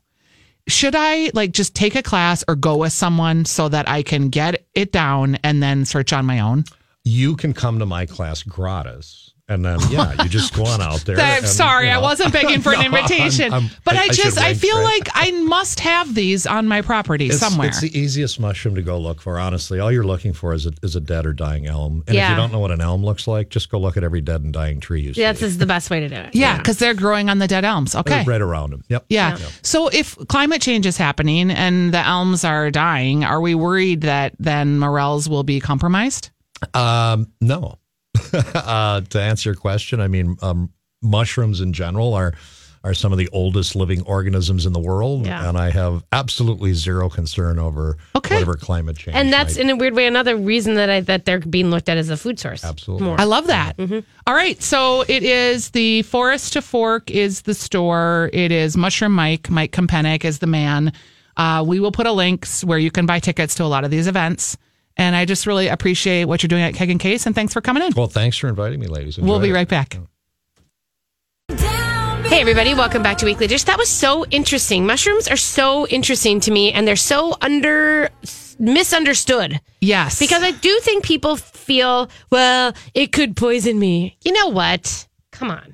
[SPEAKER 3] Should I like just take a class or go with someone so that I can get it down and then search on my own?
[SPEAKER 8] You can come to my class gratis, and then yeah, you just go on out there.
[SPEAKER 3] I'm
[SPEAKER 8] and,
[SPEAKER 3] sorry,
[SPEAKER 8] you
[SPEAKER 3] I
[SPEAKER 8] know.
[SPEAKER 3] wasn't begging for an
[SPEAKER 8] No, I'm-
[SPEAKER 3] invitation,
[SPEAKER 8] I'm-
[SPEAKER 3] but I,
[SPEAKER 8] should
[SPEAKER 3] just I
[SPEAKER 8] wink,
[SPEAKER 3] feel
[SPEAKER 8] right?
[SPEAKER 3] like I must have these on my property
[SPEAKER 8] It's, e-
[SPEAKER 3] somewhere.
[SPEAKER 8] it's the easiest mushroom to go look for. Honestly, all you're looking for is a, is a dead or dying elm. And if
[SPEAKER 2] Yeah.
[SPEAKER 8] you don't know what an elm looks like, just go look at every dead and dying tree you see.
[SPEAKER 2] Yeah, this is the best way to do it.
[SPEAKER 3] yeah, because they're growing on the dead elms. Okay,
[SPEAKER 8] right around them. Yep.
[SPEAKER 3] Yeah. So if climate change is happening and the elms are dying, are we worried that then morels will be compromised?
[SPEAKER 8] Um, no. uh, to answer your question, I mean, um, mushrooms in general are are some of the oldest living organisms in the world,
[SPEAKER 2] Yeah.
[SPEAKER 8] and I have absolutely zero concern over
[SPEAKER 3] Okay.
[SPEAKER 8] whatever climate change.
[SPEAKER 2] And that's
[SPEAKER 8] might-
[SPEAKER 2] in a weird way another reason that I that they're being looked at as a food source.
[SPEAKER 8] absolutely.
[SPEAKER 3] I love that.
[SPEAKER 2] Mm-hmm.
[SPEAKER 3] All right. So it is the Forest to Fork is the store. It is Mushroom Mike. Mike Kompenick is the man. Uh, we will put a links where you can buy tickets to a lot of these events. And I just really appreciate what you're doing at Keg and Case. And thanks for coming in.
[SPEAKER 8] Well, thanks for inviting me, ladies.
[SPEAKER 3] we'll
[SPEAKER 8] Enjoyed
[SPEAKER 3] be
[SPEAKER 8] it.
[SPEAKER 3] right back.
[SPEAKER 2] Hey, everybody, welcome back to Weekly Dish. That was so interesting. Mushrooms are so interesting to me, and they're so under misunderstood
[SPEAKER 3] Yes.
[SPEAKER 2] because I do think people feel, well, it could poison me. You know what? Come on.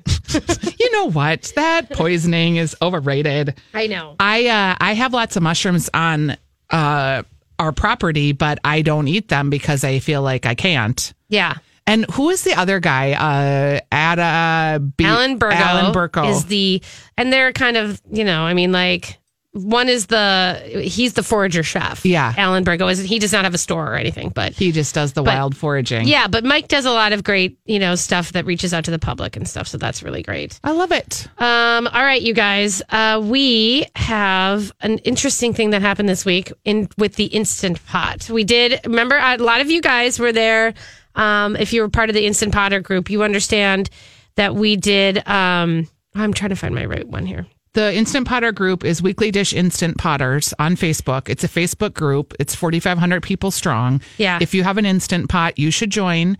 [SPEAKER 3] you know what? That poisoning is overrated.
[SPEAKER 2] I know.
[SPEAKER 3] I uh, I have lots of mushrooms on uh, our property, but I don't eat them because I feel like I can't.
[SPEAKER 2] Yeah.
[SPEAKER 3] And who is the other guy? Uh, Ada B-
[SPEAKER 2] Alan Burko,
[SPEAKER 3] Alan Burko.
[SPEAKER 2] is the, and they're kind of, you know, I mean, like, one is the, he's the forager chef.
[SPEAKER 3] Yeah.
[SPEAKER 2] Alan Burgo is, he does not have a store or anything, but
[SPEAKER 3] he just does the wild foraging.
[SPEAKER 2] yeah, but Mike does a lot of great, you know, stuff that reaches out to the public and stuff. So that's really great.
[SPEAKER 3] I love it.
[SPEAKER 2] Um, all right, you guys. Uh, we have an interesting thing that happened this week in with the Instant Pot. We did remember a lot of you guys were there. Um, if you were part of the Instant Potter group, you understand that we did. Um, I'm trying to find my right one here.
[SPEAKER 3] The Instant Potter group is Weekly Dish Instant Potters on Facebook. It's a Facebook group. It's 4,500 people strong.
[SPEAKER 2] Yeah.
[SPEAKER 3] If you have an Instant Pot, you should join.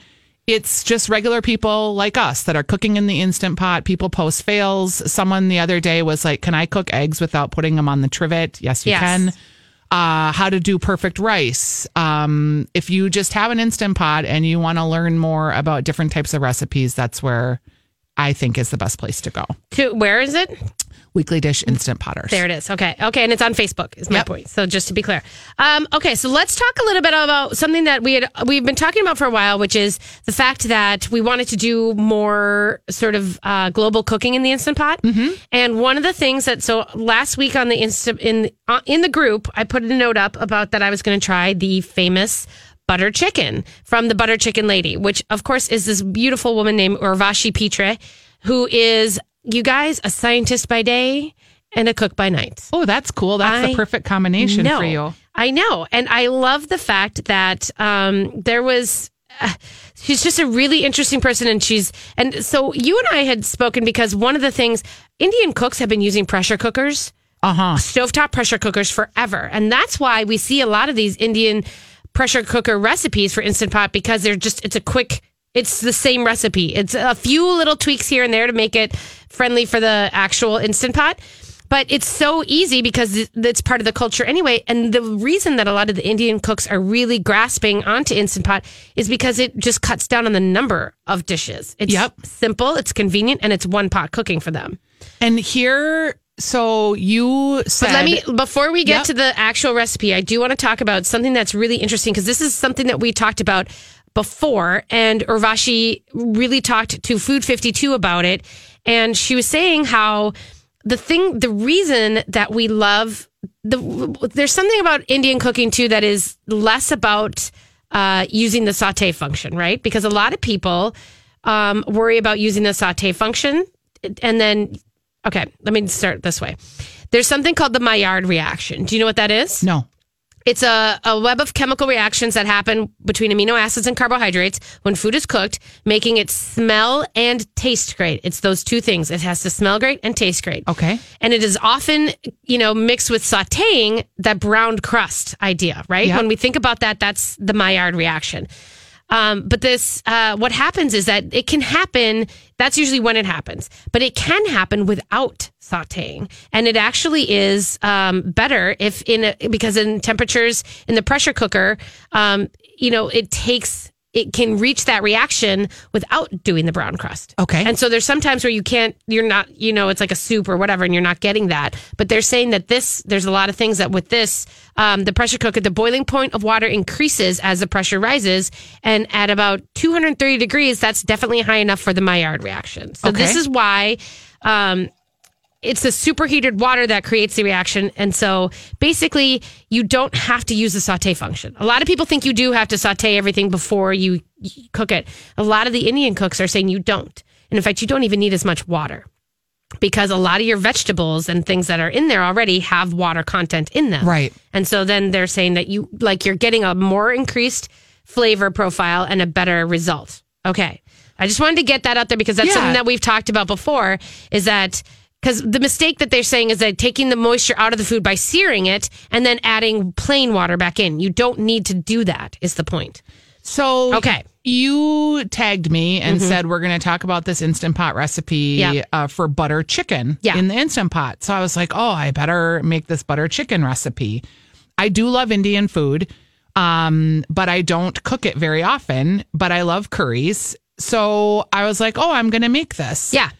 [SPEAKER 3] It's just regular people like us that are cooking in the Instant Pot. People post fails. Someone the other day was like, Can I cook eggs without putting them on the trivet? Yes, you
[SPEAKER 2] Yes.
[SPEAKER 3] can. Uh, how to do perfect rice. Um, if you just have an Instant Pot and you want to learn more about different types of recipes, that's where I think is the best place to go.
[SPEAKER 2] To, where is it?
[SPEAKER 3] Weekly Dish Instant Potters.
[SPEAKER 2] There it is. Okay. Okay. And it's on Facebook is my
[SPEAKER 3] Yep.
[SPEAKER 2] point. So just to be clear. Um, okay. So let's talk a little bit about something that we had, we've been talking about for a while, which is the fact that we wanted to do more sort of, uh, global cooking in the Instant Pot. And one of the things that, so last week on the Insta, in, uh, in the group, I put a note up about that I was going to try the famous butter chicken from the butter chicken lady, which of course is this beautiful woman named Urvashi Petre, who is, you guys, a scientist by day and a cook by night.
[SPEAKER 3] Oh, that's cool. That's
[SPEAKER 2] I
[SPEAKER 3] the perfect combination
[SPEAKER 2] No,
[SPEAKER 3] for you.
[SPEAKER 2] I know. And I love the fact that um, there was. Uh, she's just a really interesting person. And she's. And so you and I had spoken because one of the things Indian cooks have been using pressure cookers
[SPEAKER 3] Uh huh.
[SPEAKER 2] stovetop pressure cookers forever. And that's why we see a lot of these Indian pressure cooker recipes for Instant Pot because they're just, it's a quick, it's the same recipe. It's a few little tweaks here and there to make it friendly for the actual Instant Pot. But it's so easy because that's part of the culture anyway. And the reason that a lot of the Indian cooks are really grasping onto Instant Pot is because it just cuts down on the number of dishes. It's
[SPEAKER 3] Yep.
[SPEAKER 2] simple, it's convenient, and it's one pot cooking for them.
[SPEAKER 3] And here, so you said.
[SPEAKER 2] But let me before we get
[SPEAKER 3] Yep.
[SPEAKER 2] to the actual recipe, I do want to talk about something that's really interesting because this is something that we talked about before, and Urvashi really talked to Food Fifty Two about it, and she was saying how the thing, the reason that we love the there's something about Indian cooking too that is less about uh, using the saute function, right? Because a lot of people um, worry about using the saute function, and then okay, let me start this way. There's something called the Maillard reaction. Do you know what that is?
[SPEAKER 3] No.
[SPEAKER 2] It's a, a web of chemical reactions that happen between amino acids and carbohydrates when food is cooked, making it smell and taste great. It's those two things. It has to smell great and taste great.
[SPEAKER 3] Okay.
[SPEAKER 2] And it is often, you know, mixed with sauteing that browned crust idea, right?
[SPEAKER 3] Yeah.
[SPEAKER 2] When we think about that, that's the Maillard reaction. Um, but this, uh, what happens is that it can happen. That's usually when it happens, but it can happen without sauteing. And it actually is um, better if in a, because in temperatures in the pressure cooker, um, you know, it takes it can reach that reaction without doing the brown crust.
[SPEAKER 3] Okay.
[SPEAKER 2] And so there's sometimes where you can't, you're not, you know, it's like a soup or whatever, and you're not getting that. But they're saying that this, there's a lot of things that with this, um, the pressure cooker, the boiling point of water increases as the pressure rises. And at about 230 degrees, that's definitely high enough for the Maillard reaction. So
[SPEAKER 3] Okay.
[SPEAKER 2] this is why, um, it's the superheated water that creates the reaction. And so basically, you don't have to use the saute function. A lot of people think you do have to saute everything before you cook it. A lot of the Indian cooks are saying you don't. And in fact, you don't even need as much water because a lot of your vegetables and things that are in there already have water content in them.
[SPEAKER 3] Right.
[SPEAKER 2] And so then they're saying that you like you're getting a more increased flavor profile and a better result. Okay. I just wanted to get that out there because that's
[SPEAKER 3] Yeah.
[SPEAKER 2] something that we've talked about before is that because the mistake that they're saying is that taking the moisture out of the food by searing it and then adding plain water back in. You don't need to do that, is the point.
[SPEAKER 3] So
[SPEAKER 2] Okay. Mm-hmm.
[SPEAKER 3] you tagged me and said we're going to talk about this instant pot recipe
[SPEAKER 2] Yeah.
[SPEAKER 3] uh, for butter chicken
[SPEAKER 2] Yeah.
[SPEAKER 3] in the instant pot. So I was like, oh, I better make this butter chicken recipe. I do love Indian food, um, but I don't cook it very often. But I love curries, so I was like, oh, I'm going to make this.
[SPEAKER 2] Yeah.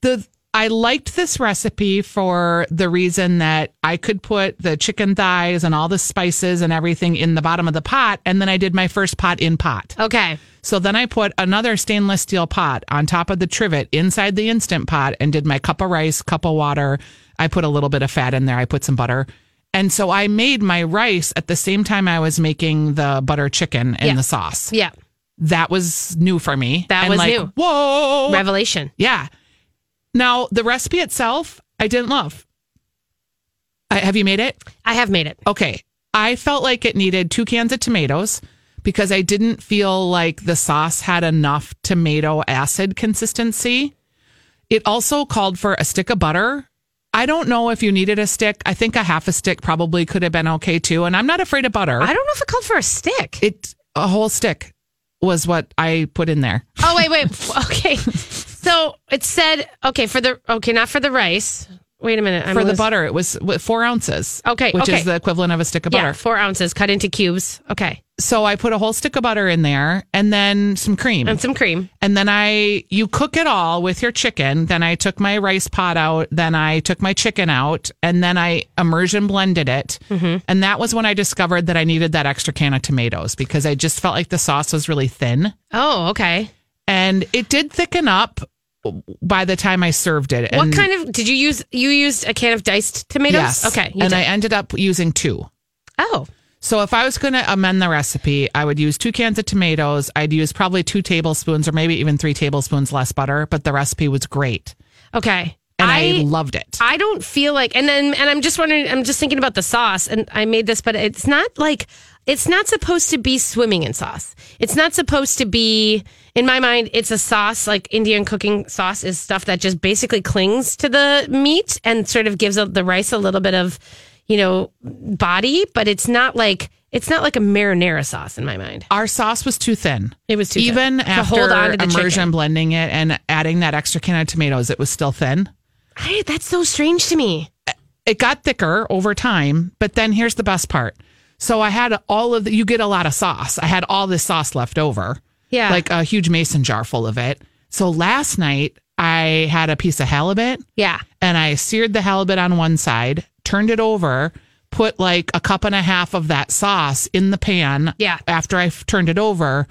[SPEAKER 3] the I liked this recipe for the reason that I could put the chicken thighs and all the spices and everything in the bottom of the pot and then I did my first pot in pot.
[SPEAKER 2] Okay.
[SPEAKER 3] So then I put another stainless steel pot on top of the trivet inside the instant pot and did my cup of rice, cup of water. I put a little bit of fat in there. I put some butter. And so I made my rice at the same time I was making the butter chicken and
[SPEAKER 2] Yeah.
[SPEAKER 3] the sauce.
[SPEAKER 2] Yeah.
[SPEAKER 3] That was new for me.
[SPEAKER 2] That
[SPEAKER 3] And
[SPEAKER 2] was
[SPEAKER 3] like,
[SPEAKER 2] new.
[SPEAKER 3] Whoa.
[SPEAKER 2] Revelation.
[SPEAKER 3] Yeah. Now the recipe itself, I didn't love. I, have you made it?
[SPEAKER 2] I have made it.
[SPEAKER 3] Okay. I felt like it needed two cans of tomatoes because I didn't feel like the sauce had enough tomato acid consistency. It also called for a stick of butter. I don't know if you needed a stick. I think a half a stick probably could have been okay too. And I'm not afraid of butter.
[SPEAKER 2] I don't know if it called for a stick.
[SPEAKER 3] it a whole stick was what I put in there.
[SPEAKER 2] Oh wait, wait. Okay. So it said okay for the okay, not for the rice. Wait a minute. I'm
[SPEAKER 3] for the
[SPEAKER 2] losing-
[SPEAKER 3] butter, it was w- four ounces.
[SPEAKER 2] Okay,
[SPEAKER 3] which
[SPEAKER 2] okay.
[SPEAKER 3] is the equivalent of a stick of
[SPEAKER 2] Yeah,
[SPEAKER 3] butter.
[SPEAKER 2] four ounces cut into cubes. Okay.
[SPEAKER 3] So I put a whole stick of butter in there, and then some cream,
[SPEAKER 2] And some cream.
[SPEAKER 3] and then I you cook it all with your chicken. Then I took my rice pot out. Then I took my chicken out, and then I immersion blended it.
[SPEAKER 2] Mm-hmm.
[SPEAKER 3] And that was when I discovered that I needed that extra can of tomatoes because I just felt like the sauce was really thin,
[SPEAKER 2] Oh, okay.
[SPEAKER 3] and it did thicken up by the time I served it.
[SPEAKER 2] What
[SPEAKER 3] And-
[SPEAKER 2] kind of did you use? You used a can of diced tomatoes.
[SPEAKER 3] Yes.
[SPEAKER 2] Okay. you
[SPEAKER 3] And
[SPEAKER 2] did.
[SPEAKER 3] I ended up using two.
[SPEAKER 2] oh,
[SPEAKER 3] So if I was going to amend the recipe, I would use two cans of tomatoes. I'd use probably two tablespoons or maybe even three tablespoons less butter, but the recipe was great
[SPEAKER 2] okay.
[SPEAKER 3] and I,
[SPEAKER 2] I
[SPEAKER 3] loved it.
[SPEAKER 2] I don't feel like, and then, and I'm just wondering, I'm just thinking about the sauce, and I made this, but it's not like, it's not supposed to be swimming in sauce. It's not supposed to be, in my mind, it's a sauce, like Indian cooking sauce is stuff that just basically clings to the meat and sort of gives the rice a little bit of, you know, body, but it's not like, it's not like a marinara sauce in my mind.
[SPEAKER 3] Our sauce was too thin.
[SPEAKER 2] It was too thin.
[SPEAKER 3] even
[SPEAKER 2] To
[SPEAKER 3] after
[SPEAKER 2] hold on to the
[SPEAKER 3] immersion
[SPEAKER 2] chicken.
[SPEAKER 3] blending it and adding that extra can of tomatoes, it was still thin.
[SPEAKER 2] I, that's so strange to me.
[SPEAKER 3] It got thicker over time, but then here's the best part. So I had all of the, you get a lot of sauce. I had all this sauce left over.
[SPEAKER 2] Yeah.
[SPEAKER 3] Like a huge mason jar full of it. So last night I had a piece of halibut.
[SPEAKER 2] Yeah.
[SPEAKER 3] and I seared the halibut on one side, turned it over, put like a cup and a half of that sauce in the pan.
[SPEAKER 2] Yeah.
[SPEAKER 3] After I f- turned it over,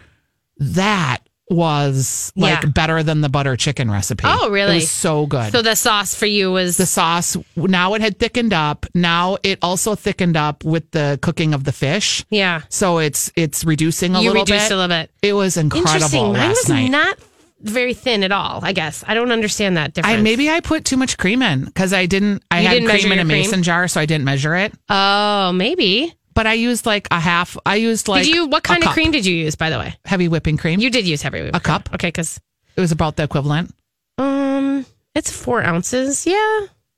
[SPEAKER 3] that was like
[SPEAKER 2] Yeah.
[SPEAKER 3] better than the butter chicken recipe.
[SPEAKER 2] Oh, really?
[SPEAKER 3] It was so good.
[SPEAKER 2] So the sauce for you was
[SPEAKER 3] the sauce now it had thickened up. Now it also thickened up with the cooking of the fish.
[SPEAKER 2] yeah.
[SPEAKER 3] So it's it's reducing a
[SPEAKER 2] You
[SPEAKER 3] little
[SPEAKER 2] reduced
[SPEAKER 3] bit.
[SPEAKER 2] a little bit.
[SPEAKER 3] It was incredible
[SPEAKER 2] Interesting. Mine
[SPEAKER 3] last
[SPEAKER 2] was
[SPEAKER 3] night.
[SPEAKER 2] not very thin at all. I guess I don't understand that difference.
[SPEAKER 3] I maybe I put too much cream in because I didn't. I
[SPEAKER 2] You
[SPEAKER 3] had
[SPEAKER 2] didn't measure
[SPEAKER 3] cream in
[SPEAKER 2] your
[SPEAKER 3] a
[SPEAKER 2] cream?
[SPEAKER 3] mason jar, so I didn't measure it.
[SPEAKER 2] Oh, maybe.
[SPEAKER 3] but I used like a half. I used like
[SPEAKER 2] did you? What
[SPEAKER 3] a
[SPEAKER 2] kind of
[SPEAKER 3] cup.
[SPEAKER 2] cream did you use? By the way,
[SPEAKER 3] Heavy whipping cream.
[SPEAKER 2] you did use heavy whipped
[SPEAKER 3] A
[SPEAKER 2] cream.
[SPEAKER 3] cup?
[SPEAKER 2] Okay, because
[SPEAKER 3] it was about the equivalent.
[SPEAKER 2] um, it's four ounces. Yeah,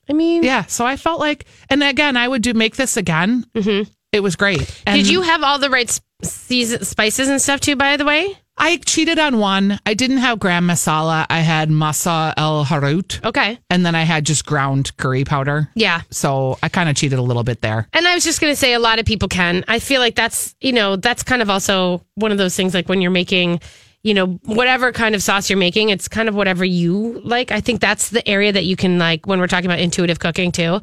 [SPEAKER 2] I mean,
[SPEAKER 3] Yeah. So I felt like, and again, I would do make this again. Mm-hmm. It was great. And
[SPEAKER 2] Did you have all the right s- season spices and stuff too? By the way,
[SPEAKER 3] I cheated on one. I didn't have gram masala. I had masa el harut,
[SPEAKER 2] okay,
[SPEAKER 3] and then I had just ground curry powder.
[SPEAKER 2] Oh. yeah.
[SPEAKER 3] So I kind of cheated a little bit there.
[SPEAKER 2] And I was just going to say, a lot of people can. I feel like that's, you know, that's kind of also one of those things like when you're making, you know, whatever kind of sauce you're making, it's kind of whatever you like. I think that's the area that you can, like, when we're talking about intuitive cooking too,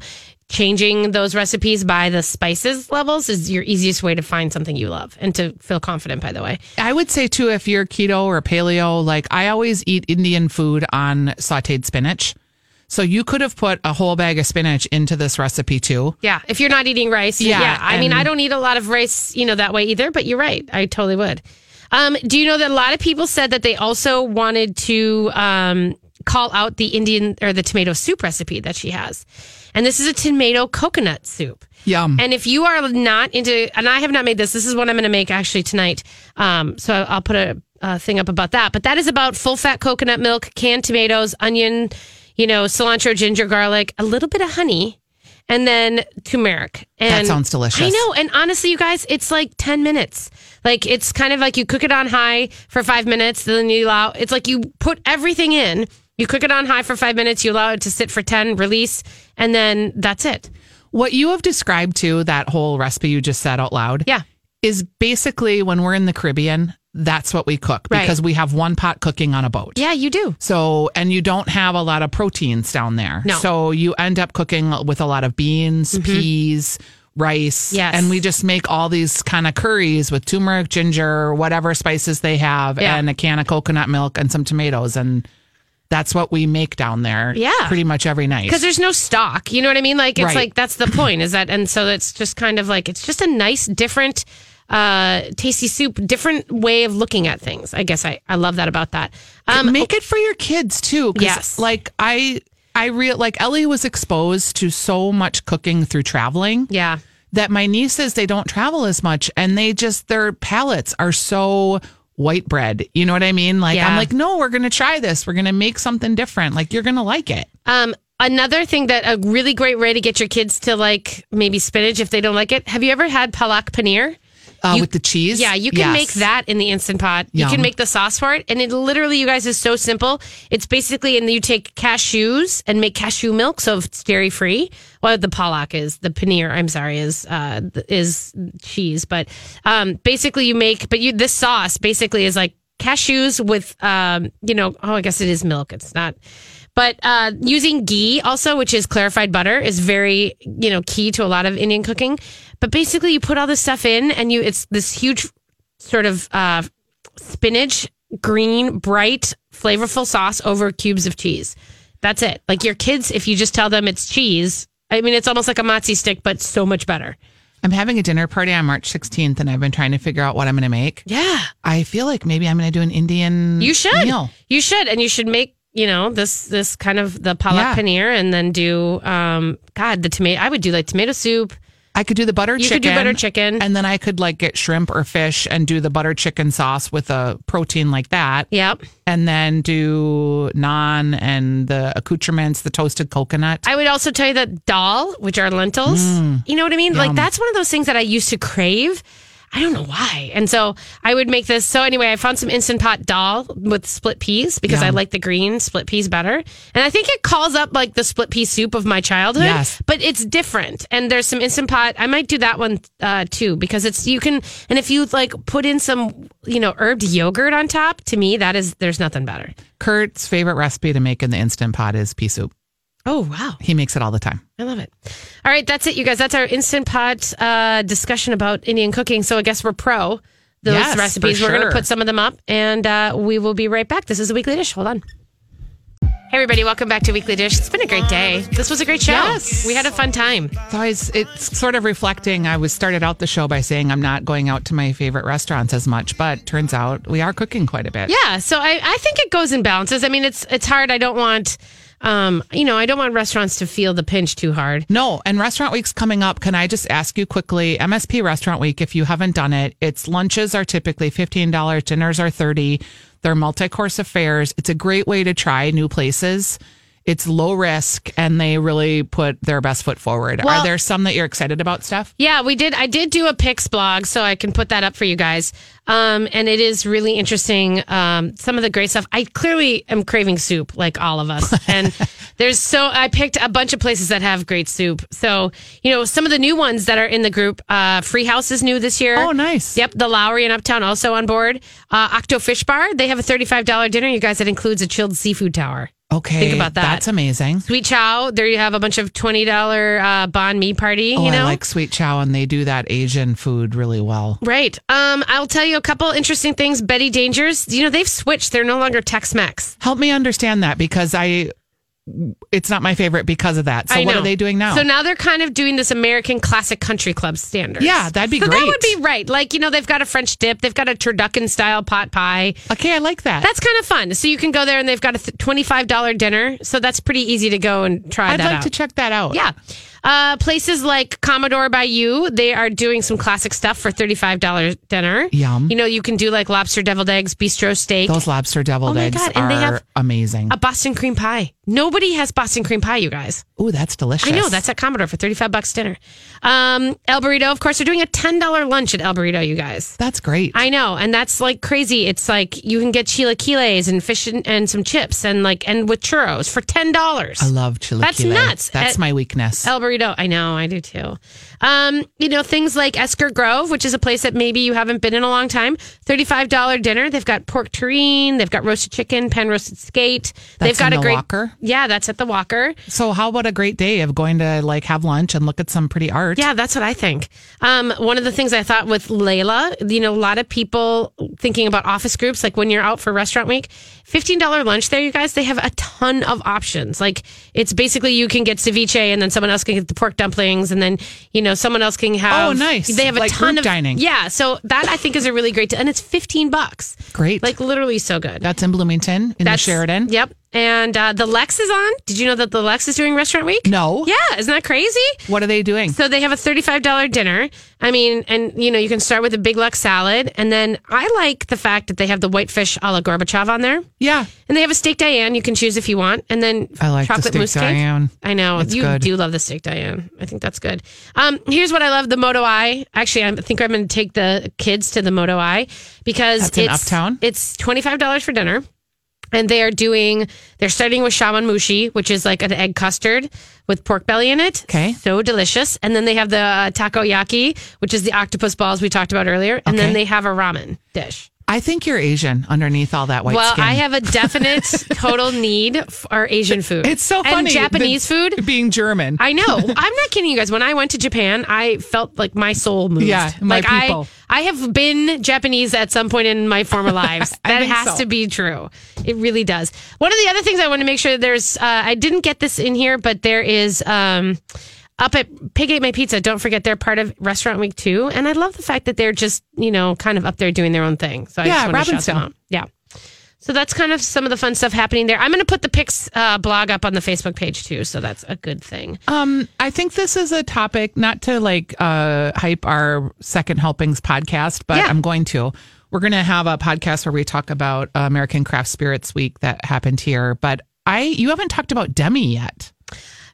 [SPEAKER 2] changing those recipes by the spices levels is your easiest way to find something you love and to feel confident, by the way.
[SPEAKER 3] I would say too, if you're keto or paleo, like I always eat Indian food on sauteed spinach. So you could have put a whole bag of spinach into this recipe too.
[SPEAKER 2] Yeah. If you're not eating rice. Yeah.
[SPEAKER 3] Yeah,
[SPEAKER 2] I mean,
[SPEAKER 3] and-
[SPEAKER 2] I don't eat a lot of rice, you know, that way either, but you're right. I totally would. Um, do you know that a lot of people said that they also wanted to um, call out the Indian or the tomato soup recipe that she has? And this is a tomato coconut soup.
[SPEAKER 3] Yum.
[SPEAKER 2] And if you are not into, and I have not made this, this is what I'm going to make actually tonight. Um, so I'll put a, a thing up about that. But that is about full fat coconut milk, canned tomatoes, onion, you know, cilantro, ginger, garlic, a little bit of honey, and then turmeric. And
[SPEAKER 3] sounds delicious.
[SPEAKER 2] I know. And honestly, you guys, it's like 10 minutes. Like it's kind of like you cook it on high for five minutes, then you allow, it's like you put everything in. You cook it on high for five minutes, you allow it to sit for 10, release, and then that's it.
[SPEAKER 3] What you have described to that whole recipe you just said out loud
[SPEAKER 2] Yeah.
[SPEAKER 3] is basically when we're in the Caribbean, that's what we cook
[SPEAKER 2] Right.
[SPEAKER 3] because we have one pot cooking on a boat.
[SPEAKER 2] Yeah, you do.
[SPEAKER 3] So, and you don't have a lot of proteins down there.
[SPEAKER 2] No. Mm-hmm.
[SPEAKER 3] So you end up cooking with a lot of beans, peas, rice.
[SPEAKER 2] Yes.
[SPEAKER 3] And we just make all these kind of curries with turmeric, ginger, whatever spices they have,
[SPEAKER 2] Yeah.
[SPEAKER 3] and a can of coconut milk and some tomatoes. And that's what we make down there.
[SPEAKER 2] Yeah.
[SPEAKER 3] Pretty much every night.
[SPEAKER 2] because there's no stock. You know what I mean? Like it's
[SPEAKER 3] Right.
[SPEAKER 2] like that's the point is that, and so it's just kind of like it's just a nice, different, uh, tasty soup, different way of looking at things. I guess I I love that about that. Um,
[SPEAKER 3] make it for your kids too. 'cause,
[SPEAKER 2] Yes.
[SPEAKER 3] Like I, I real like Ellie was exposed to so much cooking through traveling
[SPEAKER 2] yeah,
[SPEAKER 3] that my nieces they don't travel as much and they just their palates are so white bread. You know what I mean? Like
[SPEAKER 2] Yeah.
[SPEAKER 3] I'm like, no, we're gonna try this. We're gonna make something different. Like you're gonna like it.
[SPEAKER 2] Um, another thing that a really great way to get your kids to like maybe spinach if they don't like it. Have you ever had palak paneer?
[SPEAKER 3] uh,
[SPEAKER 2] You-
[SPEAKER 3] with the cheese.
[SPEAKER 2] Yeah, you can
[SPEAKER 3] Yes.
[SPEAKER 2] make that in the instant pot. You
[SPEAKER 3] Yum.
[SPEAKER 2] can make the sauce for it, and it literally, you guys, is so simple. It's basically, and you take cashews and make cashew milk, so if it's dairy free. Well, the pollock is the paneer. I'm sorry, is uh, th- is cheese, but um, basically, you make, but you this sauce basically is like cashews with, um, you know, oh, I guess it is milk. It's not. But uh, using ghee also, which is clarified butter, is very you know key to a lot of Indian cooking. But basically, you put all this stuff in, and you it's this huge sort of uh, spinach, green, bright, flavorful sauce over cubes of cheese. That's it. Like your kids, if you just tell them it's cheese, I mean, it's almost like a matzi stick, but so much better.
[SPEAKER 3] I'm having a dinner party on March 16th, and I've been trying to figure out what I'm going to make.
[SPEAKER 2] Yeah,
[SPEAKER 3] I feel like maybe I'm going to do an Indian.
[SPEAKER 2] you should.
[SPEAKER 3] meal.
[SPEAKER 2] You should, and you should make you know this this kind of the palak
[SPEAKER 3] Yeah.
[SPEAKER 2] paneer, and then do um God the tomato. I would do like tomato soup.
[SPEAKER 3] I could do the butter
[SPEAKER 2] You
[SPEAKER 3] chicken.
[SPEAKER 2] could do butter chicken.
[SPEAKER 3] And then I could like get shrimp or fish and do the butter chicken sauce with a protein like that.
[SPEAKER 2] Yep.
[SPEAKER 3] And then do naan and the accoutrements, the toasted coconut.
[SPEAKER 2] I would also tell you that dal, which are lentils, you know what I mean? Like that's one of those things that I used to crave. I don't know why. And so I would make this. So anyway, I found some instant pot dal with split peas because I like the green split peas better. And I think it calls up like the split pea soup of my childhood,
[SPEAKER 3] Yes.
[SPEAKER 2] but it's different. And there's some instant pot. I might do that one uh, too because it's you can and if you like put in some, you know, herbed yogurt on top, to me that is there's nothing better.
[SPEAKER 3] Kurt's favorite recipe to make in the instant pot is pea soup.
[SPEAKER 2] Oh, wow.
[SPEAKER 3] He makes it all the time.
[SPEAKER 2] I love it. All right, that's it, you guys. That's our instant pot uh, discussion about Indian cooking. So I guess we're pro those
[SPEAKER 3] Yes, for
[SPEAKER 2] recipes. We're going
[SPEAKER 3] sure.
[SPEAKER 2] to put some of them up, and uh, we will be right back. This is the Weekly Dish. Hold on. Hey, everybody, welcome back to Weekly Dish. It's been a great day. This was a great show.
[SPEAKER 3] Yes.
[SPEAKER 2] We had a fun time.
[SPEAKER 3] So I was, it's sort of reflecting. I was started out the show by saying I'm not going out to my favorite restaurants as much, but turns out we are cooking quite a bit.
[SPEAKER 2] Yeah, so I, I think it goes in balances. I mean, it's it's hard. I don't want, um, you know, I don't want restaurants to feel the pinch too hard.
[SPEAKER 3] No, and Restaurant Week's coming up. Can I just ask you quickly, MSP Restaurant Week, if you haven't done it, its lunches are typically $15, dinners are 30. They're multi-course affairs. It's a great way to try new places. It's low risk and they really put their best foot forward.
[SPEAKER 2] Well-
[SPEAKER 3] are there some that you're excited about, Steph?
[SPEAKER 2] Yeah, we did. I did do a pics blog, so I can put that up for you guys. Um, and it is really interesting. Um, some of the great stuff. I clearly am craving soup, like all of us. And there's so I picked a bunch of places that have great soup. So you know, some of the new ones that are in the group. Uh, Free House is new this year.
[SPEAKER 3] Oh, nice.
[SPEAKER 2] Yep, the Lowry and Uptown also on board. Uh, Octo Fish Bar. They have a thirty-five dollar dinner. You guys, that includes a chilled seafood tower.
[SPEAKER 3] Okay.
[SPEAKER 2] Think about that.
[SPEAKER 3] That's amazing.
[SPEAKER 2] Sweet Chow. There you have a bunch of twenty dollar uh, banh mi party.
[SPEAKER 3] Oh,
[SPEAKER 2] you know,
[SPEAKER 3] I like sweet chow and they do that Asian food really well.
[SPEAKER 2] Right. Um, I'll tell you a couple interesting things. Betty Dangers, you know, they've switched. They're no longer Tex Mex.
[SPEAKER 3] Help me understand that because I it's not my favorite because of that. So
[SPEAKER 2] I
[SPEAKER 3] what
[SPEAKER 2] know.
[SPEAKER 3] are they doing now?
[SPEAKER 2] So now they're kind of doing this American classic country club standard.
[SPEAKER 3] Yeah, that'd be
[SPEAKER 2] so
[SPEAKER 3] great.
[SPEAKER 2] that would be right. Like, you know, they've got a French dip, they've got a turducken style pot pie.
[SPEAKER 3] okay, I like that.
[SPEAKER 2] That's kind of fun. So you can go there and they've got a th- $25 dinner. So that's pretty easy to go and try
[SPEAKER 3] I'd
[SPEAKER 2] that
[SPEAKER 3] like
[SPEAKER 2] out.
[SPEAKER 3] to check that out.
[SPEAKER 2] Yeah. Uh, places like Commodore by You, they are doing some classic stuff for $35 dinner.
[SPEAKER 3] Yum.
[SPEAKER 2] You know, you can do like lobster deviled eggs, bistro steak.
[SPEAKER 3] Those lobster deviled
[SPEAKER 2] Oh my
[SPEAKER 3] eggs
[SPEAKER 2] God,
[SPEAKER 3] are
[SPEAKER 2] and they have
[SPEAKER 3] amazing.
[SPEAKER 2] a Boston cream pie. Nobody has Boston cream pie, you guys.
[SPEAKER 3] Oh, that's delicious.
[SPEAKER 2] I know that's at Commodore for thirty-five bucks dinner. Um, El Burrito, of course, they're doing a ten-dollar lunch at El Burrito, you guys.
[SPEAKER 3] that's great.
[SPEAKER 2] I know, and that's like crazy. It's like you can get chilaquiles and fish and, and some chips and like and with churros for ten dollars.
[SPEAKER 3] I love chilaquiles.
[SPEAKER 2] That's nuts.
[SPEAKER 3] That's
[SPEAKER 2] At-
[SPEAKER 3] my weakness.
[SPEAKER 2] El Burrito. I know, I do too. Um, you know, things like Esker Grove, which is a place that maybe you haven't been in a long time. $35 dinner. They've got pork terrine, they've got roasted chicken, pan roasted skate. they've
[SPEAKER 3] That's
[SPEAKER 2] got
[SPEAKER 3] in
[SPEAKER 2] a
[SPEAKER 3] the
[SPEAKER 2] great
[SPEAKER 3] Walker?
[SPEAKER 2] Yeah, that's at the Walker.
[SPEAKER 3] so how about a great day of going to like have lunch and look at some pretty art?
[SPEAKER 2] Yeah, that's what I think. Um, one of the things I thought with Layla, you know, a lot of people thinking about office groups, like when you're out for restaurant week, $15 lunch there, you guys, they have a ton of options. Like it's basically you can get ceviche and then someone else can get the pork dumplings and then, you know, someone else can have.
[SPEAKER 3] Oh, nice.
[SPEAKER 2] They have a
[SPEAKER 3] Like
[SPEAKER 2] ton
[SPEAKER 3] group
[SPEAKER 2] of
[SPEAKER 3] dining.
[SPEAKER 2] Yeah. So that I think is a really great, and it's 15 bucks.
[SPEAKER 3] Great.
[SPEAKER 2] Like literally so good.
[SPEAKER 3] That's in Bloomington in the Sheridan.
[SPEAKER 2] Yep. And uh, the Lex is on. Did you know that the Lex is doing Restaurant Week?
[SPEAKER 3] No.
[SPEAKER 2] Yeah, isn't that crazy?
[SPEAKER 3] What are they doing?
[SPEAKER 2] So they have a thirty-five dollar dinner. I mean, and you know, you can start with a big luck salad, and then I like the fact that they have the whitefish a la Gorbachev on there,
[SPEAKER 3] yeah.
[SPEAKER 2] and they have a steak Diane you can choose if you want, and then
[SPEAKER 3] I like the
[SPEAKER 2] chocolate
[SPEAKER 3] steak
[SPEAKER 2] mousse cake.
[SPEAKER 3] Diane.
[SPEAKER 2] I know
[SPEAKER 3] It's
[SPEAKER 2] you
[SPEAKER 3] good.
[SPEAKER 2] do love the steak Diane. I think that's good. Um, here's what I love: the Moto Eye. Actually, I think I'm going to take the kids to the Moto Eye because
[SPEAKER 3] That's in
[SPEAKER 2] it's
[SPEAKER 3] Uptown?
[SPEAKER 2] It's twenty-five dollars for dinner and they are doing they're starting with shaman mushi which is like an egg custard with pork belly in it
[SPEAKER 3] Okay.
[SPEAKER 2] so delicious and then they have the uh, takoyaki which is the octopus balls we talked about earlier and then
[SPEAKER 3] Okay.
[SPEAKER 2] they have a ramen dish
[SPEAKER 3] I think you're Asian underneath all that white
[SPEAKER 2] well
[SPEAKER 3] skin.
[SPEAKER 2] i have a definite total need for asian food
[SPEAKER 3] It's so funny.
[SPEAKER 2] and japanese
[SPEAKER 3] the-
[SPEAKER 2] food
[SPEAKER 3] Being German.
[SPEAKER 2] I know. I'm not kidding you guys. When I went to Japan, I felt like my soul moved.
[SPEAKER 3] Yeah, my
[SPEAKER 2] like
[SPEAKER 3] people.
[SPEAKER 2] I, I have been Japanese at some point in my former lives.
[SPEAKER 3] I
[SPEAKER 2] That
[SPEAKER 3] think
[SPEAKER 2] has
[SPEAKER 3] so.
[SPEAKER 2] to be true. It really does. One of the other things I want to make sure there's, uh, I didn't get this in here, but there is. Um, up at Pig Ate My Pizza, don't forget they're part of Restaurant Week too, and I love the fact that they're just you know kind of up there doing their own thing. So I
[SPEAKER 3] Yeah,
[SPEAKER 2] just want to shout them
[SPEAKER 3] Robbinsdale.
[SPEAKER 2] out. Yeah, so that's kind of some of the fun stuff happening there. I'm going to put the pics uh, blog up on the Facebook page too, so that's a good thing.
[SPEAKER 3] Um, I think this is a topic not to like uh, hype our second helpings podcast, but
[SPEAKER 2] Yeah.
[SPEAKER 3] I'm going to. We're going to have a podcast where we talk about uh, American Craft Spirits Week that happened here. But I, you haven't talked about Demi yet,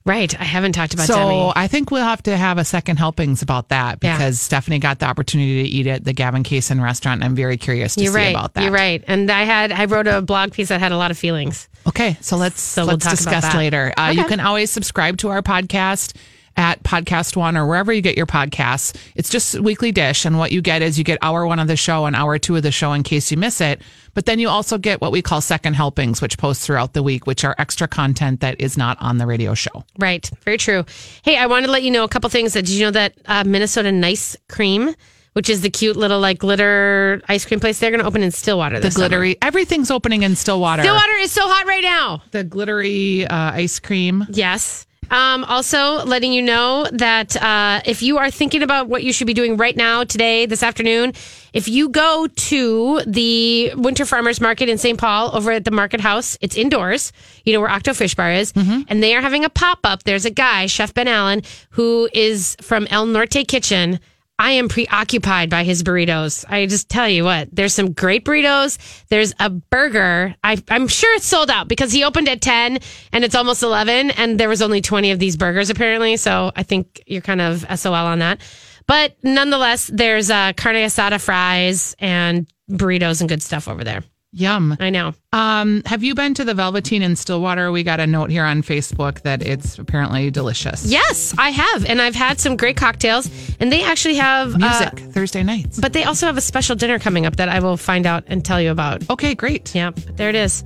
[SPEAKER 2] Right. I haven't talked about
[SPEAKER 3] so
[SPEAKER 2] Demi.
[SPEAKER 3] I think we'll have to have a second helpings about that
[SPEAKER 2] Yeah.
[SPEAKER 3] because Stephanie got the opportunity to eat at the Gavin Kaysen restaurant. and I'm very curious to
[SPEAKER 2] You're
[SPEAKER 3] see
[SPEAKER 2] right.
[SPEAKER 3] about that.
[SPEAKER 2] You're right. And I had I wrote a blog piece that had a lot of feelings.
[SPEAKER 3] Okay, so let's
[SPEAKER 2] So we'll
[SPEAKER 3] let's
[SPEAKER 2] talk about
[SPEAKER 3] discuss
[SPEAKER 2] that.
[SPEAKER 3] later. Uh, You can always subscribe to our podcast at Podcast One or wherever you get your podcasts. It's just weekly dish, and what you get is you get hour one of the show and hour two of the show in case you miss it. But then you also get what we call second helpings, which post throughout the week, which are extra content that is not on the radio show.
[SPEAKER 2] Right. Very true. Hey, I wanted to let you know a couple things that did you know that uh, Minnesota Nice Cream, which is the cute little like glitter ice cream place, they're gonna open in Stillwater
[SPEAKER 3] The
[SPEAKER 2] this summer.
[SPEAKER 3] glittery, everything's opening in Stillwater.
[SPEAKER 2] Stillwater is so hot right now.
[SPEAKER 3] The glittery uh, ice cream.
[SPEAKER 2] Yes. Um, also, letting you know that uh, if you are thinking about what you should be doing right now, today, this afternoon, if you go to the Winter Farmers Market in St. Paul over at the Market House, it's indoors, you know, where Octo Fish Bar is, and they are having a pop up. There's a guy, Chef Ben Allen, who is from El Norte Kitchen. I am preoccupied by his burritos. I just tell you what, there's some great burritos. There's a burger. I, I'm sure it's sold out because he opened at 10 and it's almost 11 and there was only 20 of these burgers apparently. So I think you're kind of SOL on that. But nonetheless, there's uh, carne asada fries and burritos and good stuff over there.
[SPEAKER 3] Yum.
[SPEAKER 2] I know.
[SPEAKER 3] Um, have you been to the Velveteen in Stillwater? We got a note here on Facebook that it's apparently delicious.
[SPEAKER 2] Yes, I have. And I've had some great cocktails and they actually have uh,
[SPEAKER 3] Music Thursday nights.
[SPEAKER 2] but they also have a special dinner coming up that I will find out and tell you about.
[SPEAKER 3] Okay, great.
[SPEAKER 2] Yeah, there it is.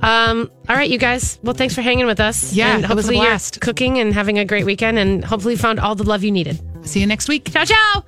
[SPEAKER 2] Um, all right, you guys. Well, thanhanks for hanging with us.
[SPEAKER 3] Yeah,
[SPEAKER 2] and
[SPEAKER 3] it was a
[SPEAKER 2] hopefully you're
[SPEAKER 3] blast.
[SPEAKER 2] cooking and having a great weekend, and hopefully you found all the love you needed.
[SPEAKER 3] See you next week.
[SPEAKER 2] Ciao, ciao.